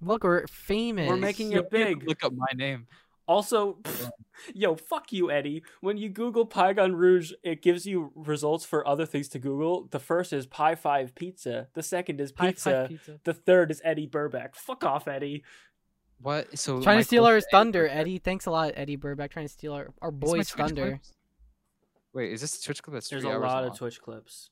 Look, we're famous. We're making You'll it be able to big. Look up my name. Also, pfft, yo, fuck you, Eddie. When you Google Pygon Rouge, it gives you results for other things to Google. The first is Pi Five Pizza. The second is Pi- pizza. Pi- pizza. The third is Eddie Burback. Fuck off, Eddie. What? So Trying am I to steal supposed our to edit thunder, this? Eddie. Thanks a lot, Eddie Burback. Trying to steal our our Is this my boy's Twitch thunder. clips? Wait, is this a Twitch clip that's There's three a hours lot long? of Twitch clips.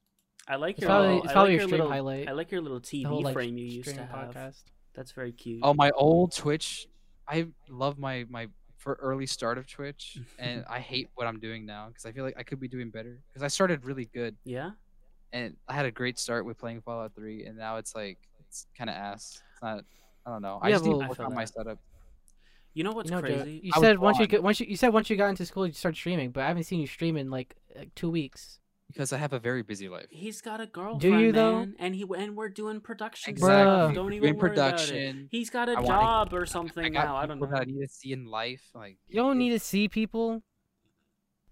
I like It's your probably, little, it's I like probably your your stream little highlight. I like your little TV the whole, like, frame you used stream to have. podcast. That's very cute. Oh, my old Twitch. I love my my for early start of Twitch, and I hate what I'm doing now because I feel like I could be doing better. Because I started really good, Yeah. and I had a great start with playing Fallout 3, and now it's like it's kind of ass. It's not. I don't know. I Yeah, just need well- to I work feel on my that. setup. You know what's you know, Joe, crazy? You I was said once you gone. get once you, you said once you got into school you started streaming, but I haven't seen you stream in like, like two weeks. because I have a very busy life. He's got a girlfriend, you, though? man, and he and we're doing production. Exactly. stuff. Don't even We're in worry About it. production. He's got a I wanna- job or something I got now. I don't know. people that I need to see in life. Like You don't it- need to see people.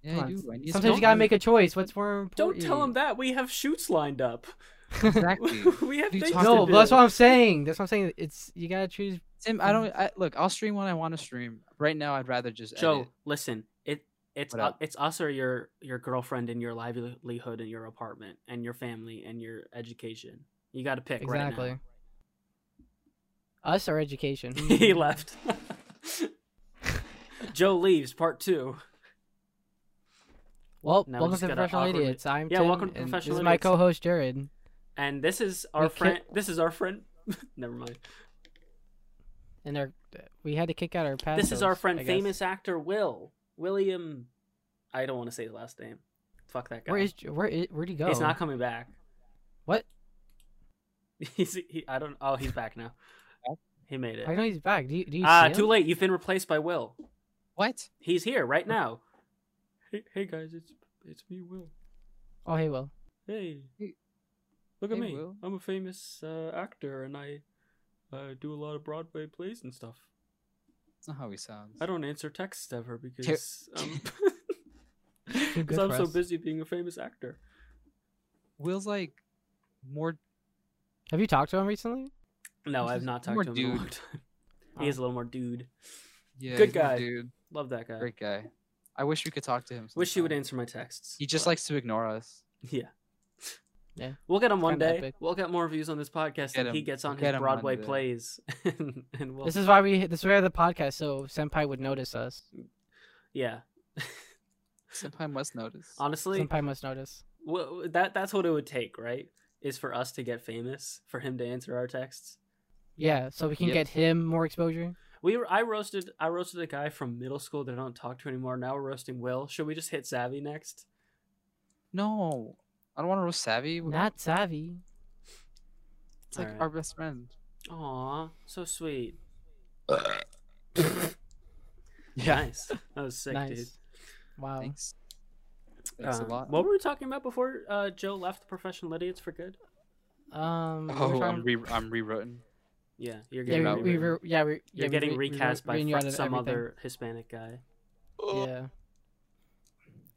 Yeah, Come I on, do. I need to Sometimes see you gotta people. make a choice. What's more Don't important? tell him that we have shoots lined up. exactly. we have You things talk to No, do. but that's what I'm saying. That's what I'm saying. It's you gotta choose. Tim, I don't. I, look, I'll stream when I want to stream. Right now, I'd rather just. Joe, edit. listen. It it's What u- up? it's us or your your girlfriend and your livelihood and your apartment and your family and your education. You got to pick Exactly. right Us or education? Mm-hmm. now. he left. Joe leaves part two. Well, Now we welcome just to gotta Professional awkwardly- Idiots. I'm Yeah, Tim, welcome to and Professional This is my Idiots. co-host Jared. And this is our We ki- friend. This is our friend. Never mind. And our, we had to kick out our past. This is our host, friend, I guess. famous actor Will William. I don't want to say his last name. Fuck that guy. Where is where is where'd he go? He's not coming back. What? He's he, I don't. Oh, he's back now. He made I it. know he's back. Do you, do you Ah, see him? too late. You've been replaced by Will. what? He's here right now. Hey, hey guys, it's it's me, Will. Oh, hey, Will. Hey, Hey- look hey, Will. I'm a famous uh, actor, and I uh, do a lot of Broadway plays and stuff. That's not how he sounds. I don't answer texts ever because um, Too good because I'm for so us. busy being a famous actor. Will's like more. Have you talked to him recently? Oh. No, He's I've just not a talked more to him in a long dude. time. He is a little more dude. Yeah, Good he's more guy. dude. Love that guy. Great guy. I wish we could talk to him. Wish he would sometime. answer my texts. He just but- likes to ignore us. yeah. Yeah. We'll get him one Kinda day. epic. We'll get more views on this podcast Get than he him. gets on Get his him Broadway one day. plays. and, and we'll This is why we. This is why the podcast, so Senpai would notice us. yeah. Senpai must notice. Honestly, Senpai must notice. well, that that's what it would take, right? Is for us to get famous, for him to answer our texts. Yeah, so we can Yep. get him more exposure. We were, I roasted I roasted a guy from middle school that I don't talk to anymore. Now we're roasting Will. Should we just hit Savvy next? no, I don't want to roast Savvy. We- Not savvy. It's like Alright. our best friend. Aw, so sweet. Uh, Yeah. Nice. That was sick, nice. dude. Wow. Thanks. Thanks Um, a lot. What were we talking about before uh, Joe left Professional Idiots for good? Um. we were Oh, talking- I'm re- I'm rewritten. Yeah, you're getting yeah, about we, rewritten. we were. Yeah, we. yeah, you're we getting re- we were recast by reading you fr- out of some everything. other Hispanic guy. Yeah.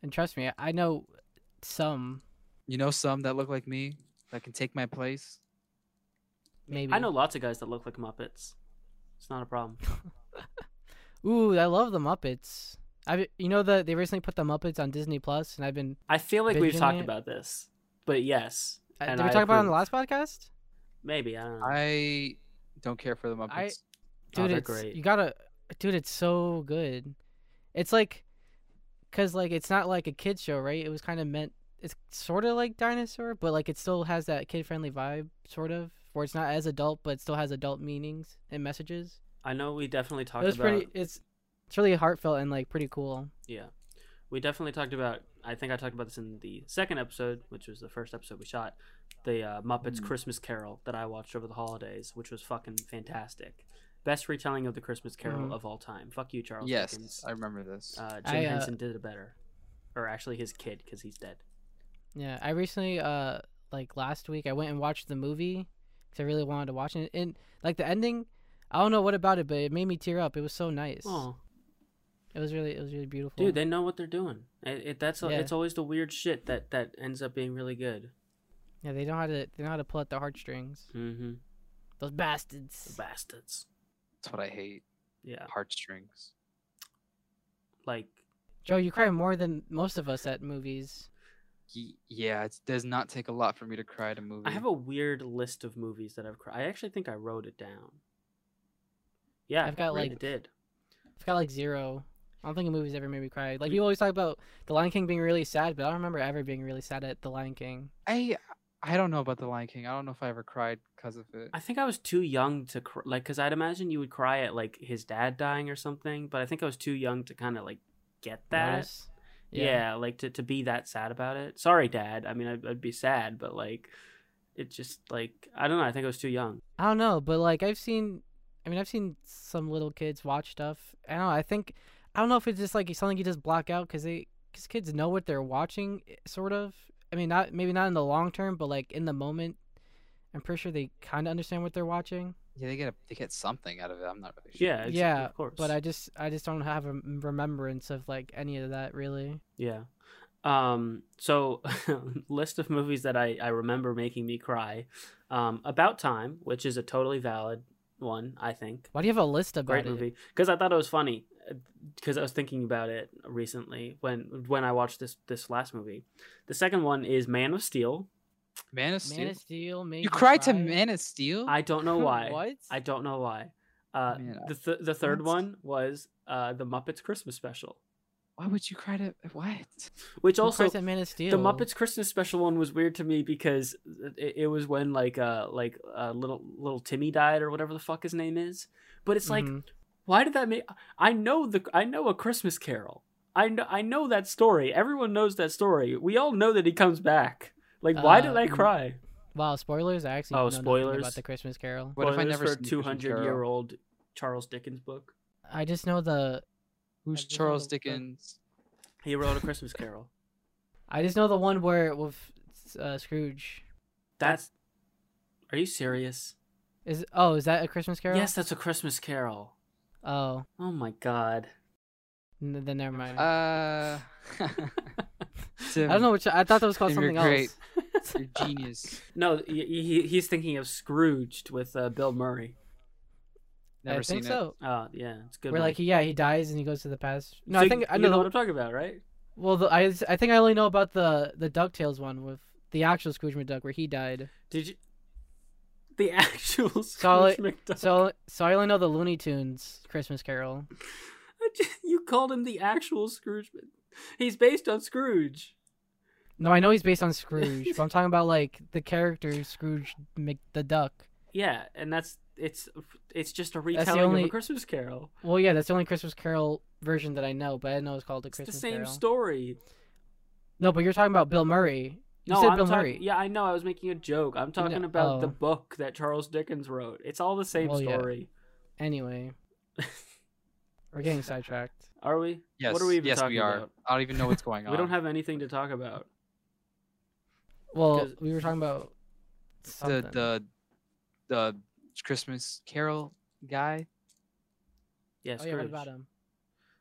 And trust me, I know some. You know some that look like me that can take my place. Maybe I know lots of guys that look like Muppets. It's not a problem. Ooh, I love the Muppets. I you know the they recently put the Muppets on Disney Plus, and I've been. I feel like we've Binging talked it? about this, but yes, I- And uh, did we I talk about it on the approve. last podcast? maybe I don't know. I don't care for the Muppets. I- Oh, dude they're it's great. you gotta dude it's so good it's like because like it's not like a kid show right it was kind of meant it's sort of like dinosaur but like it still has that kid friendly vibe sort of where it's not as adult but it still has adult meanings and messages I know we definitely it talked was about pretty it's it's really heartfelt and like pretty cool yeah. We definitely talked about I think I talked about this in the second episode, which was the first episode we shot, the uh, Muppets Mm. Christmas Carol that I watched over the holidays, which was fucking fantastic. Best retelling of the Christmas Carol Mhm. of all time. Fuck you, Charles yes, Dickens. I remember this. Uh, Jim I, uh, Henson did it better, or actually his kid because he's dead. yeah i recently uh like last week i went and watched the movie because i really wanted to watch it and like the ending i don't know what about it but it made me tear up it was so nice Oh, it was really it was really beautiful dude, they know what they're doing. It, it, that's Yeah. it's always the weird shit that that ends up being really good. Yeah, they know how to they know how to pull at the heartstrings. Mm-hmm. Those bastards. Bastards. That's what I hate. Yeah, Heartstrings. like Joe, you cry more than most of us at movies. Ye- Yeah, it does not take a lot for me to cry at a movie. I have a weird list of movies that I've cried. I actually think I wrote it down. Yeah, I've got, I like- really did. I've got like zero. I don't think a movie's ever made me cry. Like people always talk about The Lion King being really sad, but I don't remember ever being really sad at The Lion King. I I don't know about the Lion King. I don't know if I ever cried because of it. I think I was too young to cry, like, because I'd imagine you would cry at like his dad dying or something. But I think I was too young to kind of like get that. Notice? Yeah. like to, to be that sad about it. Sorry, dad. I mean, I'd, I'd be sad, but like, it just like I don't know. I think I was too young. I don't know, but like I've seen, I mean I've seen some little kids watch stuff. I don't know. I think I don't know if it's just like something you just block out because they because kids know what they're watching, eh, sort of. I mean, not maybe not in the long term, but like in the moment, I'm pretty sure they kind of understand what they're watching. Yeah, they get a, they get something out of it. I'm not really sure. Yeah, ex- yeah, of course. but I just I just don't have a m- remembrance of like any of that really. Yeah. Um, so list of movies that I, I remember making me cry. Um, About Time, which is a totally valid one, I think. Why do you have a list about Great it? movie. Because I thought it was funny. Because I was thinking about it recently when when I watched this this last movie. The second one is Man of Steel. Man of Steel. Man of Steel. Made you cried to Man of Steel? I don't know why. what? I don't know why. Uh, Man, the th- the third what? one was uh, the Muppets Christmas Special, Why would you cry to what? which Who also cries at Man of Steel. The Muppets Christmas Special one was weird to me because it, it was when like uh like uh, little little Timmy died or whatever the fuck his name is. But it's Mm-hmm. like, Mhm. why did that make? I know the I know a Christmas Carol. I know I know that story. Everyone knows that story. We all know that he comes back. Like, why did Uh, I Um, mm, cry? wow spoilers. I actually Oh, know nothing spoilers. about the Christmas Carol. What if I Spoilers never for seen the two Christmas hundred year Carol? old Charles Dickens book? I just know the Who's just know Charles the- the- Dickens? He wrote a Christmas Carol. I just know the one where with uh, Scrooge That's. Are you serious? is. Oh, is that a Christmas Carol? Yes, that's a Christmas Carol. Oh, Oh my god. n- then never mind. Uh, I don't know which. I thought that was called Tim, you're something great. else. You're genius. No, he- he, he's thinking of Scrooged with uh, Bill Murray. Never I seen think it. so. Uh, yeah, it's a good. Where one. like he, yeah, he dies and he goes to the past. No, So I think I you know. know the- what I'm talking about, right? well, the, I I think I only know about the the Ducktales one with the actual Scrooge McDuck where he died. Did you? The actual Solid- Scrooge McDuck. So so I only know the Looney Tunes Christmas Carol. I just- you called him the actual Scrooge. Mc- He's based on Scrooge. No, I know he's based on Scrooge, but I'm talking about like the character Scrooge Mc, the Duck. Yeah, and that's it's it's just a retelling of only- a Christmas Carol. Well, yeah, that's the only Christmas Carol version that I know, but I didn't know it's called a It's Christmas the same Carol. story. No, but you're talking about Bill Murray. You no, said I'm Bill talking. Murray. Yeah, I know. I was making a joke. I'm talking about the oh. book that Charles Dickens wrote. It's all the same Well, yeah. story. Anyway, we're getting sidetracked. Are we? Yes. What are we even yes, talking we are. about? I don't even know what's going on. We don't have anything to talk about. Well, 'Cause- we were talking about the something. Oh, the the Christmas Carol guy. Yeah, oh yeah, what Scrooge. about him?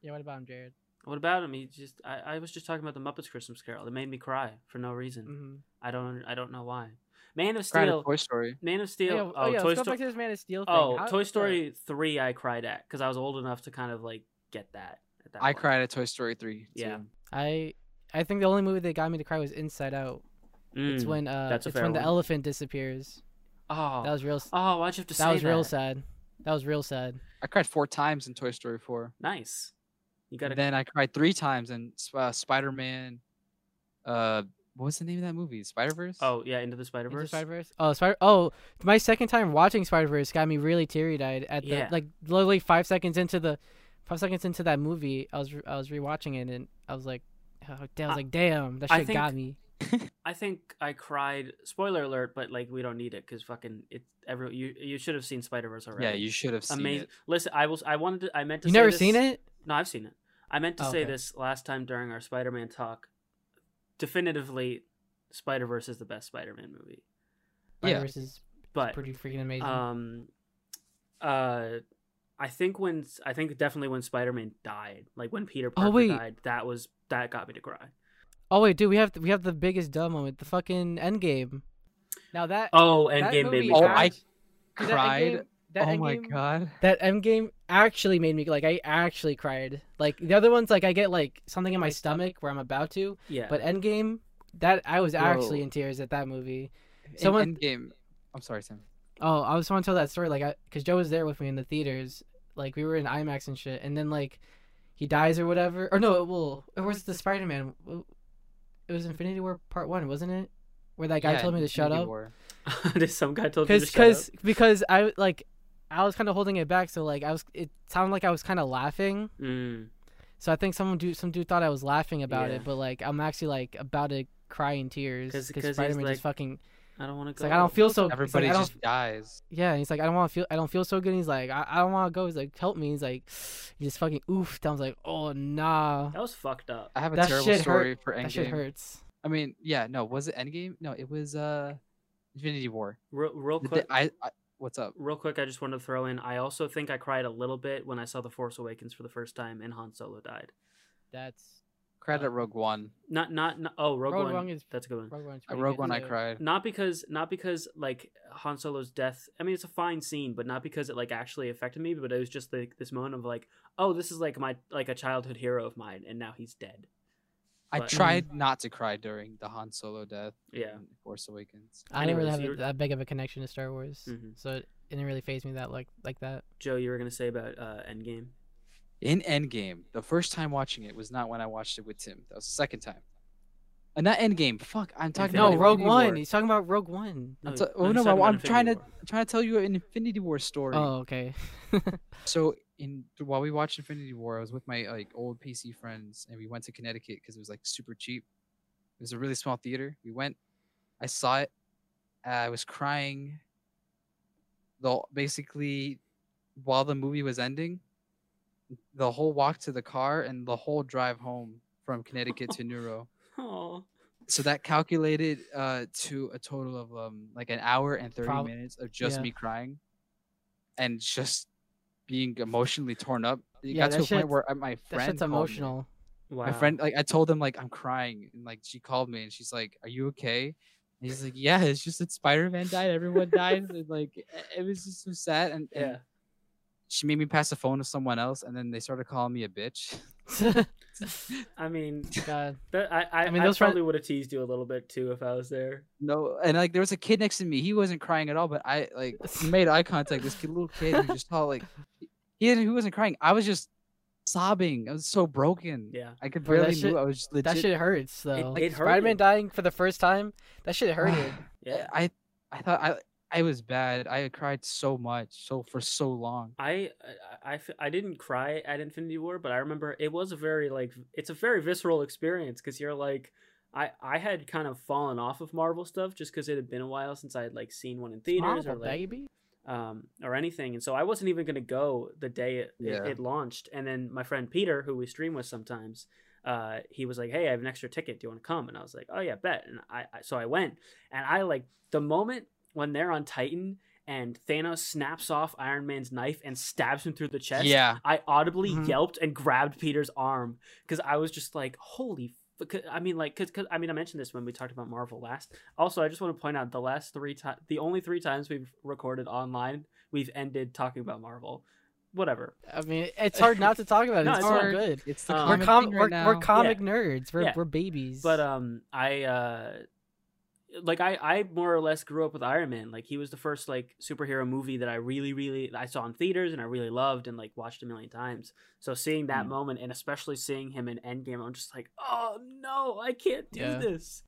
Yeah, what about him, Jared? What about him? He just Mm. I, I was just talking about the Muppets Christmas Carol. It made me cry for no reason. Mm-hmm. I don't I don't know why. Man of Cried at Steel. Toy Story. Man of Yeah, Steel. oh, oh, yeah, Toy let's go Story. back to this Man of Steel thing. Oh, How- uh, Toy Story three, I cried at because I was old enough to kind of like get that. At that I point. cried at Toy Story three. Yeah. too. I I think the only movie that got me to cry was Inside Out. It's Mm. when uh, that's a it's fair when the one. elephant disappears. oh, That was real. oh, why'd you have to say That was real that? sad. That was real sad. I cried four times in Toy Story four. Nice. You got And to then I cried three times in Sp- uh, Spider Man. Uh, what was the name of that movie? Spider Verse. Oh yeah, into the Spider Into Verse. Spider-Verse? Oh, Spider- oh, my second time watching Spider Verse got me really teary eyed at the Yeah. like literally five seconds into the five seconds into that movie. I was re- I was rewatching it and I was like, oh, damn, I was I- like, damn, that I shit think- got me. I think I cried. Spoiler alert, but like we don't need it because fucking it. Every you you should have seen Spider Verse already. yeah, you should have seen amazing. it. Listen, I was I wanted to, I meant to. You say never this- seen it? No, I've seen it. I meant to Oh, say okay. this last time during our Spider Man talk. Definitively, Spider Verse is the best Spider Man movie. Yeah. Spider Verse is But pretty freaking amazing. um, uh, I think when I think definitely when Spider Man died, like when Peter Parker Oh, wait. died, that was that got me to cry. oh wait, dude, we have we have the biggest dumb moment, the fucking Endgame. Now that Oh, Endgame that made movie me Oh, cry. I act- dude, that cried. Endgame- that oh my Endgame- god. That M game actually made me like I actually cried. Like the other ones, like I get like something in my stomach where I'm about to. yeah, But Endgame, that I was actually Bro. in tears at that movie. Someone Someone- Endgame. I'm sorry, Tim. Oh, I was want to tell that story like I, cause Joe was there with me in the theaters. Like we were in IMAX and shit, and then like he dies or whatever. Or no, well, it was the Spider Man. It was Infinity War Part One, wasn't it? Where that guy Yeah, told me to shut Infinity up. War. Did some guy told you to because shut up? because because I like I was kind of holding it back, so like I was it sounded like I was kind of laughing. Mm, So I think someone dude some dude thought I was laughing about Yeah. it, but like I'm actually like about to cry in tears 'Cause- because 'cause he's Spider Man like, just fucking. I don't want to It's go. like I don't feel so. he's like, Everybody I don't- just dies. yeah. And he's like I don't want to feel. I don't feel so good. And he's like I, I don't want to go. He's like help me. He's like he just fucking oof. I was like oh nah. That was fucked up. I have a That terrible shit hurt. story for That shit Endgame. hurts. I mean, yeah, no, was it Endgame? No, it was uh Infinity War. Real, real The quick, day- I, I what's up? real quick, I just wanted to throw in. I also think I cried a little bit when I saw The Force Awakens for the first time and Han Solo died. That's Cried Uh, at Rogue One. Not, not, not oh, Rogue, Rogue One. One is- that's a good Hmm. one. Rogue One's At pretty Rogue good, One, I too. cried. Not because, not because like Han Solo's death. I mean, it's a fine scene, but not because it like actually affected me. But it was just like this moment of like, oh, this is like my like a childhood hero of mine, and now he's dead. I but- tried not to cry during the Han Solo death. Yeah. in Force Awakens. I didn't really Anyways, have you a- were- that big of a connection to Star Wars, Mhm. so it didn't really phase me that like like that. Joe, you were gonna say about uh, Endgame. In Endgame, the first time watching it was not when I watched it with Tim. That was the second time. And not Endgame. Fuck, I'm talking No, about Infinity Rogue Infinity One. War. He's talking about Rogue One. No, That's a- no, oh, he's no, talking I- about I'm Infinity trying to- War. I'm trying to tell you an Infinity War story. Oh, okay. So in while we watched Infinity War, I was with my like old PC friends, and we went to Connecticut because it was like super cheap. It was a really small theater. We went. I saw it. I was crying. The basically, while the movie was ending, the whole walk to the car and the whole drive home from Connecticut to Neuro. Aw. So that calculated uh, to a total of um, like an hour and thirty Prob- minutes of just yeah. me crying, and just being emotionally torn up. It Yeah, got that to a point shit's- where uh, my That friend shit's called me. emotional. Wow. My friend, like, I told him like I'm crying, and like she called me and she's like, "Are you okay?" And he's like, "Yeah, it's just that Spider Man died. Everyone died. and, like it- it was just so sad." And, and Yeah. she made me pass the phone to someone else, and then they started calling me a bitch. I mean, God. that, I, I, I I mean, mean, those those friend- probably would have teased you a little bit too if I was there. No, and like there was a kid next to me. He wasn't crying at all, but I like made eye contact. This kid, little kid, who just saw like he- he didn't, he wasn't crying. I was just sobbing. I was so broken. Yeah. I could Bro, that barely shit- move. I was just legit. That shit hurts though. it hurt Spider Man you. dying for the first time, that shit hurted. Yeah. I I thought I I was bad. I cried so much, so for so long. I, I, I f- I didn't cry at Infinity War, but I remember it was a very like it's a very visceral experience because you're like I I had kind of fallen off of Marvel stuff just because it had been a while since I had like seen one in theaters Marvel, or like baby. um or anything, and so I wasn't even gonna go the day it, Yeah. it, it launched. And then my friend Peter, who we stream with sometimes, uh, he was like, "Hey, I have an extra ticket. Do you want to come?" And I was like, "Oh yeah, bet." And I, I so I went, and I like the moment when they're on Titan and Thanos snaps off Iron Man's knife and stabs him through the chest. Yeah. I audibly Mhm. yelped and grabbed Peter's arm because I was just like, "Holy But 'cause- I mean, like, cause, 'cause- I mean, I mentioned this when we talked about Marvel last. Also, I just want to point out the last three times, the only three times we've recorded online, we've ended talking about Marvel. Whatever. I mean, it's hard not to talk about it. No, it's, it's so hard. good. It's the Um, We're comic com- thing we're, right now. we're comic nerds. We're Yeah. we're babies. But um, I uh, like I I more or less grew up with Iron Man. Like he was the first like superhero movie that I really really I saw in theaters and I really loved and like watched a million times. So seeing that Mm. Mhm. moment and especially seeing him in Endgame, I'm just like, oh no, I can't do Yeah. this.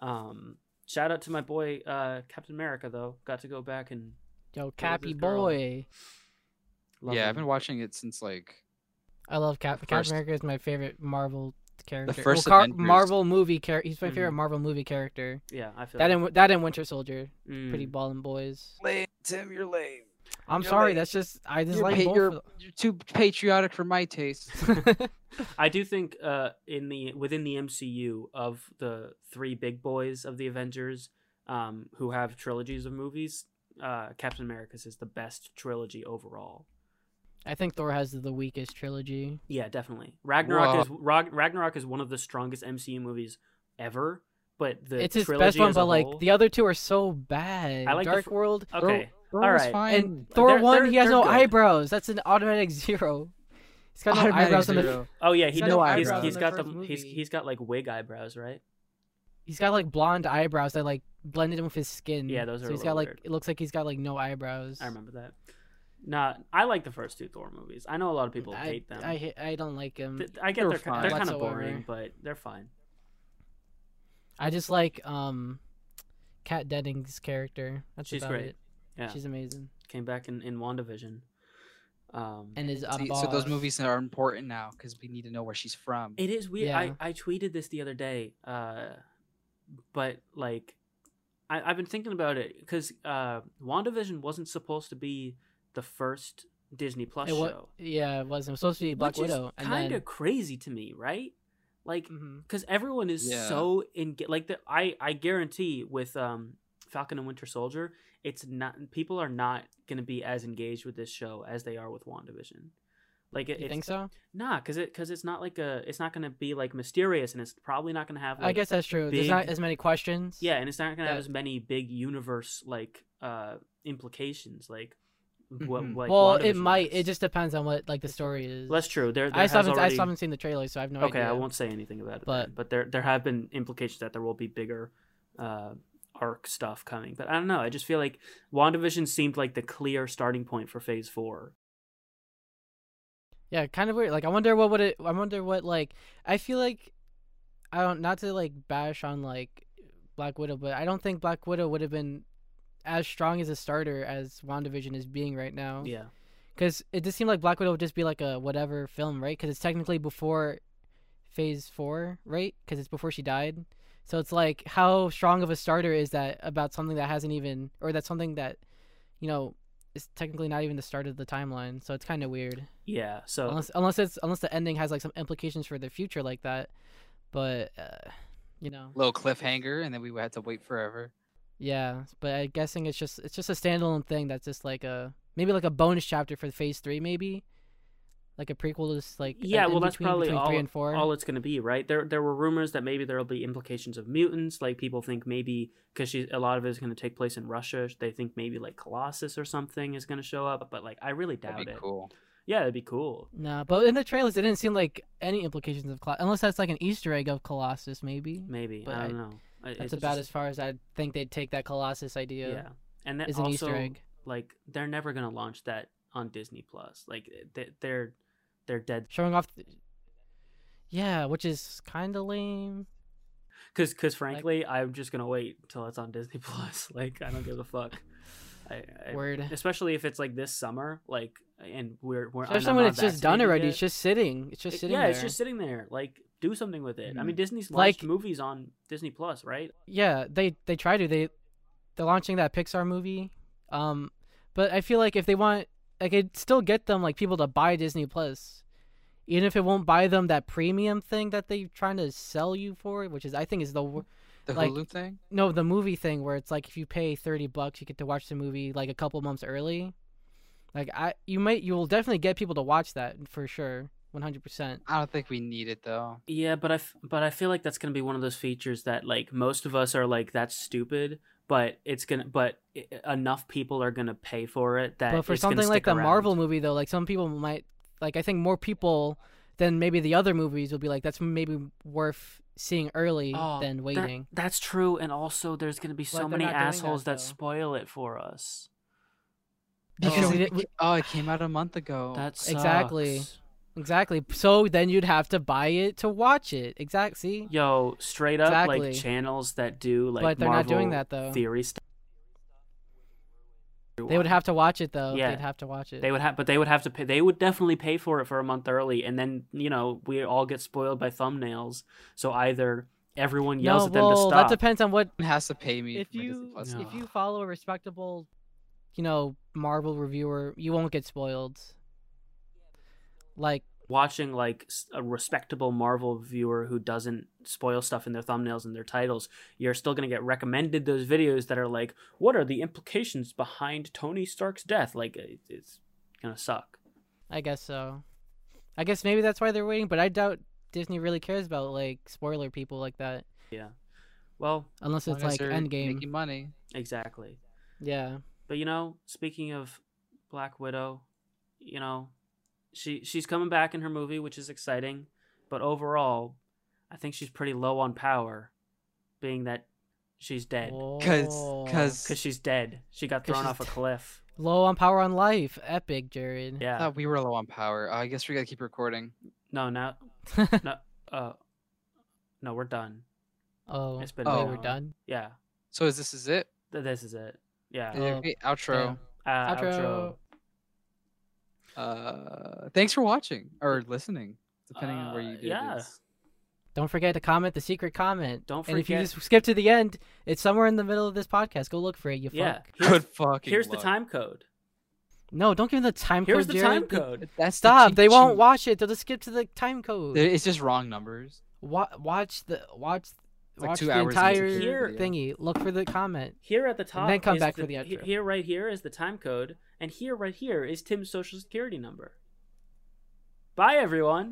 Um, shout out to my boy uh Captain America though. Got to go back and yo, this Cappy girl? boy. love yeah, him. I've been watching it since like I love Cap. Captain first- America is my favorite Marvel character. first Car- Avengers. Marvel movie character. He's my Mhm. favorite Marvel movie character. yeah, I feel That like- and that and Winter Soldier. Mm. Pretty ballin' boys. lame. Tim, you're lame. I'm You're sorry. lame. That's just I just You're like pa- both. you're- of You're too patriotic for my taste. them. I do think uh in the within the MCU of the three big boys of the Avengers um who have trilogies of movies, uh Captain America's is the best trilogy overall. I think Thor has the weakest trilogy. Yeah, definitely. Ragnarok is Rag- Ragnarok is one of the strongest MCU movies ever, but the it's his trilogy best one, as a but like whole- the other two are so bad. I like the Dark fir- World Okay. Thor All was right, fine. and Thor they're- one. they're- he has no they're good. eyebrows. That's an automatic zero. He's got no Automatic eyebrows on the. zero. Oh yeah, he He's got does- no he's, eyebrows he's in the got the first he's movie. he's got like wig eyebrows, right? He's got like blonde eyebrows that like blended in with his skin. Yeah, those are So a he's got little like weird. it looks like he's got like no eyebrows. I remember that. Nah, I like the first two Thor movies. I know a lot of people I, hate them. I ha- I don't like him. Th- I get They're they're, fine. they're kind of Whatsoever. boring, but they're fine. I just like um, Kat Dennings' character. That's She's about great. it. Yeah. She's amazing. Came back in in WandaVision. Um, And is a See, so those boss. movies are important now because we need to know where she's from. it is weird. Yeah. I I tweeted this the other day. Uh, but like, I I've been thinking about it because uh, WandaVision wasn't supposed to be the first Disney Plus It wa- show, Yeah, it was. It was supposed to be Black which Widow. is and kind then- of crazy to me, right? Like, Mhm. because everyone is Yeah. so in like the I I guarantee with um Falcon and Winter Soldier, it's not people are not gonna be as engaged with this show as they are with Wandavision. Like it, You it's think so? nah, cause it cause it's not like a it's not gonna be like mysterious and it's probably not gonna have like, I guess that's true. There's big- not as many questions. yeah, and it's not gonna have as that- many big universe like uh implications like what Mhm. like well, it WandaVision might. has. It just depends on what like the story is. Well, that's true. There, there I has still haven't. I already... still haven't seen the trailer, so I have no okay, idea. I won't say anything about it. But But- but there there have been implications that there will be bigger uh, arc stuff coming. But I don't know. I just feel like WandaVision seemed like the clear starting point for Phase Four. Yeah, kind of weird. Like, I wonder what would it. I wonder what like. I feel like, I don't. Not to like bash on like Black Widow, but I don't think Black Widow would have been as strong as a starter as WandaVision is being right now. Yeah, Because it just seemed like Black Widow would just be like a whatever film, right? Because it's technically before Phase Four, right? Because it's before she died. So it's like, how strong of a starter is that about something that hasn't even, or that's something that, you know, is technically not even the start of the timeline. So it's kind of weird yeah. So unless unless it's unless the ending has like some implications for the future like that but uh, you know Little cliffhanger, and then we had to wait forever. yeah but i'm guessing it's just it's just a standalone thing that's just like a maybe like a bonus chapter for phase three maybe like a prequel to this, like yeah, an well, that's in-between probably between all, three and four all it's going to be, right? There there were rumors that maybe there'll be implications of mutants. Like people think maybe because she a lot of it is going to take place in Russia. They think maybe like Colossus or something is going to show up. But like I really doubt That'd be it. cool. Yeah, it'd be cool. no but in the trailers it didn't seem like any implications of colossus unless that's like an easter egg of colossus maybe Maybe But I I- don't know. I- that's it's about just- as far as i think they'd take that colossus idea yeah. And that is an also easter egg like they're never gonna launch that on Disney Plus. Like they- they're they're dead showing off th- yeah which is kind of lame because because frankly, I'm just gonna wait till it's on Disney Plus. Like I don't give a fuck. I, I, word especially if it's like this summer, like and we're we're Especially I'm when not it's just done vaccinated already. yet. It's just sitting. It's just sitting yeah, there. it's just sitting there. Mm. Like do something with it. I mean, Mhm. Disney's Like- launched movies on Disney Plus, right? yeah. They they try to they they're launching that Pixar movie. Um, but I feel like if they want, like, it still get them like people to buy Disney Plus, even if it won't buy them that premium thing that they're trying to sell you for, which is I think is the wor- The Like- Hulu thing. no the movie thing where it's like if you pay thirty bucks you get to watch the movie like a couple months early. Like I, you might you will definitely get people to watch that for sure. one hundred percent. I don't think we need it though. Yeah, but I f- but I feel like that's gonna be one of those features that like most of us are like that's stupid, but it's gonna but i- enough people are gonna pay for it that. But for it's gonna something like stick the around. Marvel movie, though, like some people might like. I think more people than maybe the other movies will be like, that's maybe worth seeing early Oh, than that- waiting. that's true, and also there's gonna be so they're many not doing that, assholes that, though. spoil it for us. Oh. Because we it, did- we- oh, it came out a month ago. That sucks. Exactly. Exactly. So then you'd have to buy it to watch it. Exact. See, Yo, straight up Exactly. like channels that do like But they're not doing Marvel that, though. theory stuff. they would have to watch it though. Yeah. They'd have to watch it. They would have, but they would have to pay. They would definitely pay for it for a month early, and then you know we all get spoiled by thumbnails. So either everyone yells no, at them well, to stop. that depends on what. Someone has to pay me. If for my Disney you Plus. No. if you follow a respectable, you know, Marvel reviewer, you won't get spoiled. Like. Watching like s- a respectable Marvel viewer who doesn't spoil stuff in their thumbnails and their titles, you're still gonna get recommended those videos that are like, what are the implications behind Tony Stark's death? Like it- it's gonna suck. I guess so. I guess maybe that's why they're waiting, but I doubt Disney really cares about like spoiler people like that, Well, unless As it's long like as they're Endgame. making money. exactly. Yeah, But you know, speaking of Black Widow, you know, she she's coming back in her movie, which is exciting. But overall, I think she's pretty low on power, being that she's dead. Whoa. Because Cause she's dead. She got 'Cause thrown she's off a dead. cliff. low on power on life, epic Jared. Yeah. thought we were low on power. Oh, I guess we gotta keep recording. No, now, no, uh, no, we're done. oh, It's been. wait, Oh. an we're hour. done. Yeah, So is this is it? Th- this is it. Yeah. Yeah. Oh, Okay, outro. Uh, outro. Outro. Uh, thanks for watching or listening, depending on where Uh, you do yeah. this. Don't forget to comment the secret comment. Don't And if you forget- just skip to the end, it's somewhere in the middle of this podcast. Go look for it. You Yeah. fuck. Here's, Good fucking. here's the luck. time code. No, don't give them the time Here's code. the Jared. time code. That's the Stop. They won't cheat watch it. They'll just skip to the time code. sheet. There- It's just wrong numbers. Wa- watch the watch. like watch two the hours into entire the Here- thingy. Look for the comment. Here at the top, then come is back for the outro. he- Here, right here, is the time code, and here, right here, is Tim's social security number. Bye, everyone.